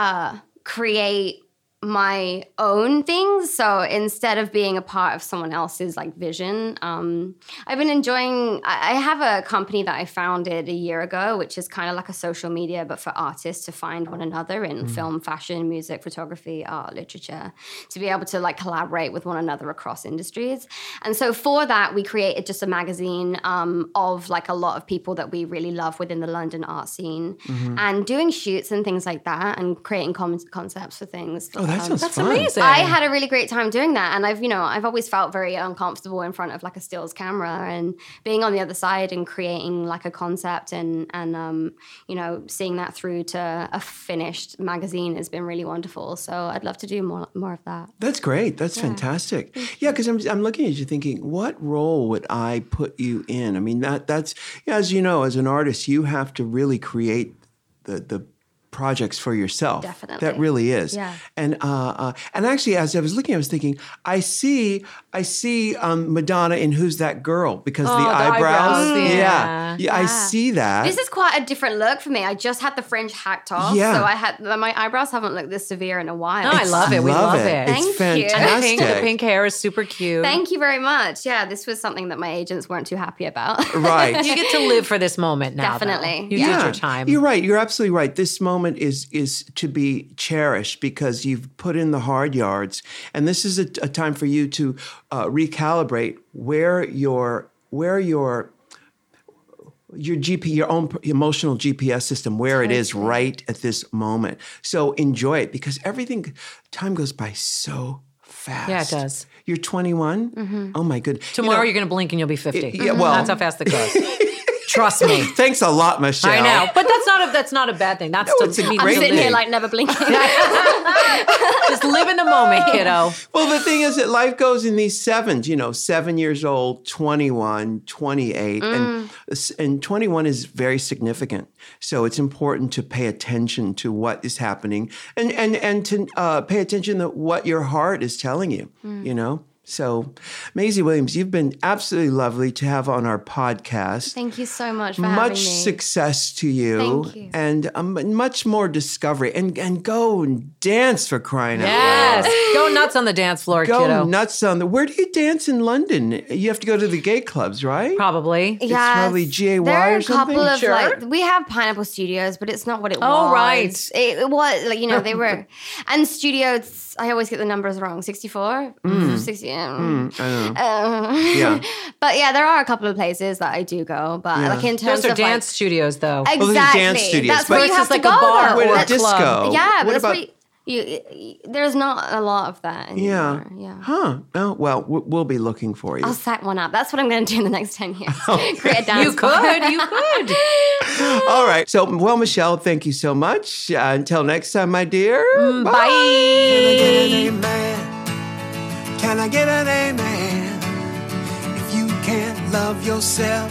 Speaker 8: uh, create my own things. So instead of being a part of someone else's like vision, um, I've been enjoying. I, I have a company that I founded a year ago, which is kind of like a social media, but for artists to find one another in film, fashion, music, photography, art, literature, to be able to like collaborate with one another across industries. And so for that, we created just a magazine um, of like a lot of people that we really love within the London art scene, and doing shoots and things like that, and creating com- concepts for things.
Speaker 1: Oh, that
Speaker 8: Um,
Speaker 1: sounds
Speaker 2: uh, That's
Speaker 1: fun.
Speaker 2: amazing.
Speaker 8: I had a really great time doing that, and I've you know I've always felt very uncomfortable in front of like a stills camera, and being on the other side and creating like a concept and and um, you know seeing that through to a finished magazine has been really wonderful. So I'd love to do more more of that.
Speaker 1: That's great. That's fantastic. Yeah, because I'm, I'm looking at you thinking, what role would I put you in? I mean, that that's yeah, as you know, as an artist, you have to really create the the projects for yourself. that
Speaker 8: Definitely.
Speaker 1: really is.
Speaker 8: Yeah.
Speaker 1: And uh, uh, and actually, as I was looking, I was thinking, I see, I see um, Madonna in Who's That Girl because
Speaker 2: Oh,
Speaker 1: the,
Speaker 2: the
Speaker 1: eyebrows.
Speaker 2: eyebrows,
Speaker 1: yeah.
Speaker 2: yeah.
Speaker 1: I see that.
Speaker 8: This is quite a different look for me. I just had the fringe hacked off,
Speaker 1: Yeah.
Speaker 8: so I had my eyebrows haven't looked this severe in a while.
Speaker 2: No, I love it. We love it.
Speaker 1: It's
Speaker 8: Thank you.
Speaker 1: fantastic.
Speaker 8: And
Speaker 2: the, pink, the pink hair is super cute.
Speaker 8: Thank you very much. Yeah, this was something that my agents weren't too happy about.
Speaker 1: Right.
Speaker 2: you get to live for this moment now. though.
Speaker 8: Definitely.
Speaker 2: You
Speaker 8: Yeah.
Speaker 2: did your time.
Speaker 1: You're right. You're absolutely right. This moment is is to be cherished because you've put in the hard yards, and this is a, a time for you to uh, recalibrate where your where your your GP, your own emotional GPS system, where it is right at this moment. So enjoy it because everything, time goes by so fast.
Speaker 2: Yeah, it does. Mm-hmm.
Speaker 1: You're 21. Oh my good.
Speaker 2: Tomorrow you're going to blink and you'll be 50.
Speaker 1: yeah, well-
Speaker 2: that's how fast it goes. Trust me.
Speaker 1: Thanks a lot, Michelle.
Speaker 2: I know, but that's not a that's not a bad thing. That's to
Speaker 1: it's a
Speaker 2: me,
Speaker 8: I'm
Speaker 1: great
Speaker 8: sitting
Speaker 1: thing.
Speaker 8: here like never blinking.
Speaker 2: just live in the moment, kiddo.
Speaker 1: Well, the thing is that life goes in these sevens, you know, seven years old, 21, 28.
Speaker 8: Mm.
Speaker 1: And, and 21 is very significant. So it's important to pay attention to what is happening and, and, and to uh, pay attention to what your heart is telling you,
Speaker 8: Mm.
Speaker 1: you know? So, Maisie Williams, you've been absolutely lovely to have on our podcast.
Speaker 8: Thank you so much for having me.
Speaker 1: much success to you,
Speaker 8: Thank you.
Speaker 1: and um, much more discovery. And and go and dance for crying out loud
Speaker 2: Yes, go nuts on the dance floor,
Speaker 1: go
Speaker 2: kiddo.
Speaker 1: nuts on the. Where do you dance in London? You have to go to the gay clubs, right?
Speaker 2: Probably.
Speaker 8: Yes.
Speaker 1: probably GAY
Speaker 8: There are
Speaker 1: or
Speaker 8: a
Speaker 1: something,
Speaker 8: couple of
Speaker 1: sure.
Speaker 8: like we have Pineapple Studios, but it's not what it was.
Speaker 2: Oh, right.
Speaker 8: It, it was like you know they were and studios. I always get the numbers wrong. Sixty four, sixty. um, um,
Speaker 1: Mm. Yeah.
Speaker 8: but yeah, there are a couple of places that I do go, but like in terms
Speaker 2: Those are
Speaker 8: of like-
Speaker 2: dance studios, though.
Speaker 8: exactly.
Speaker 1: those are dance studios,
Speaker 8: That's
Speaker 1: but-
Speaker 8: where you
Speaker 2: Versus
Speaker 8: have to
Speaker 2: like
Speaker 8: go.
Speaker 2: a bar
Speaker 8: though.
Speaker 1: Wait,
Speaker 2: or
Speaker 1: a
Speaker 8: That's-
Speaker 1: disco.
Speaker 8: Yeah, but
Speaker 1: What
Speaker 8: that's
Speaker 1: about
Speaker 8: what you, you, there's not a lot of that.
Speaker 1: Yeah.
Speaker 8: Anymore. Yeah.
Speaker 1: Huh. Oh, well, w- we'll be looking for you.
Speaker 8: I'll set one up. That's what I'm going to do in the next 10 years.
Speaker 1: Oh.
Speaker 8: Create a dance
Speaker 2: You could, you could.
Speaker 1: All right. So, well, Michelle, thank you so much. Uh, until next time, my dear.
Speaker 8: Bye.
Speaker 9: Amen. Can I get an amen? If you can't love yourself,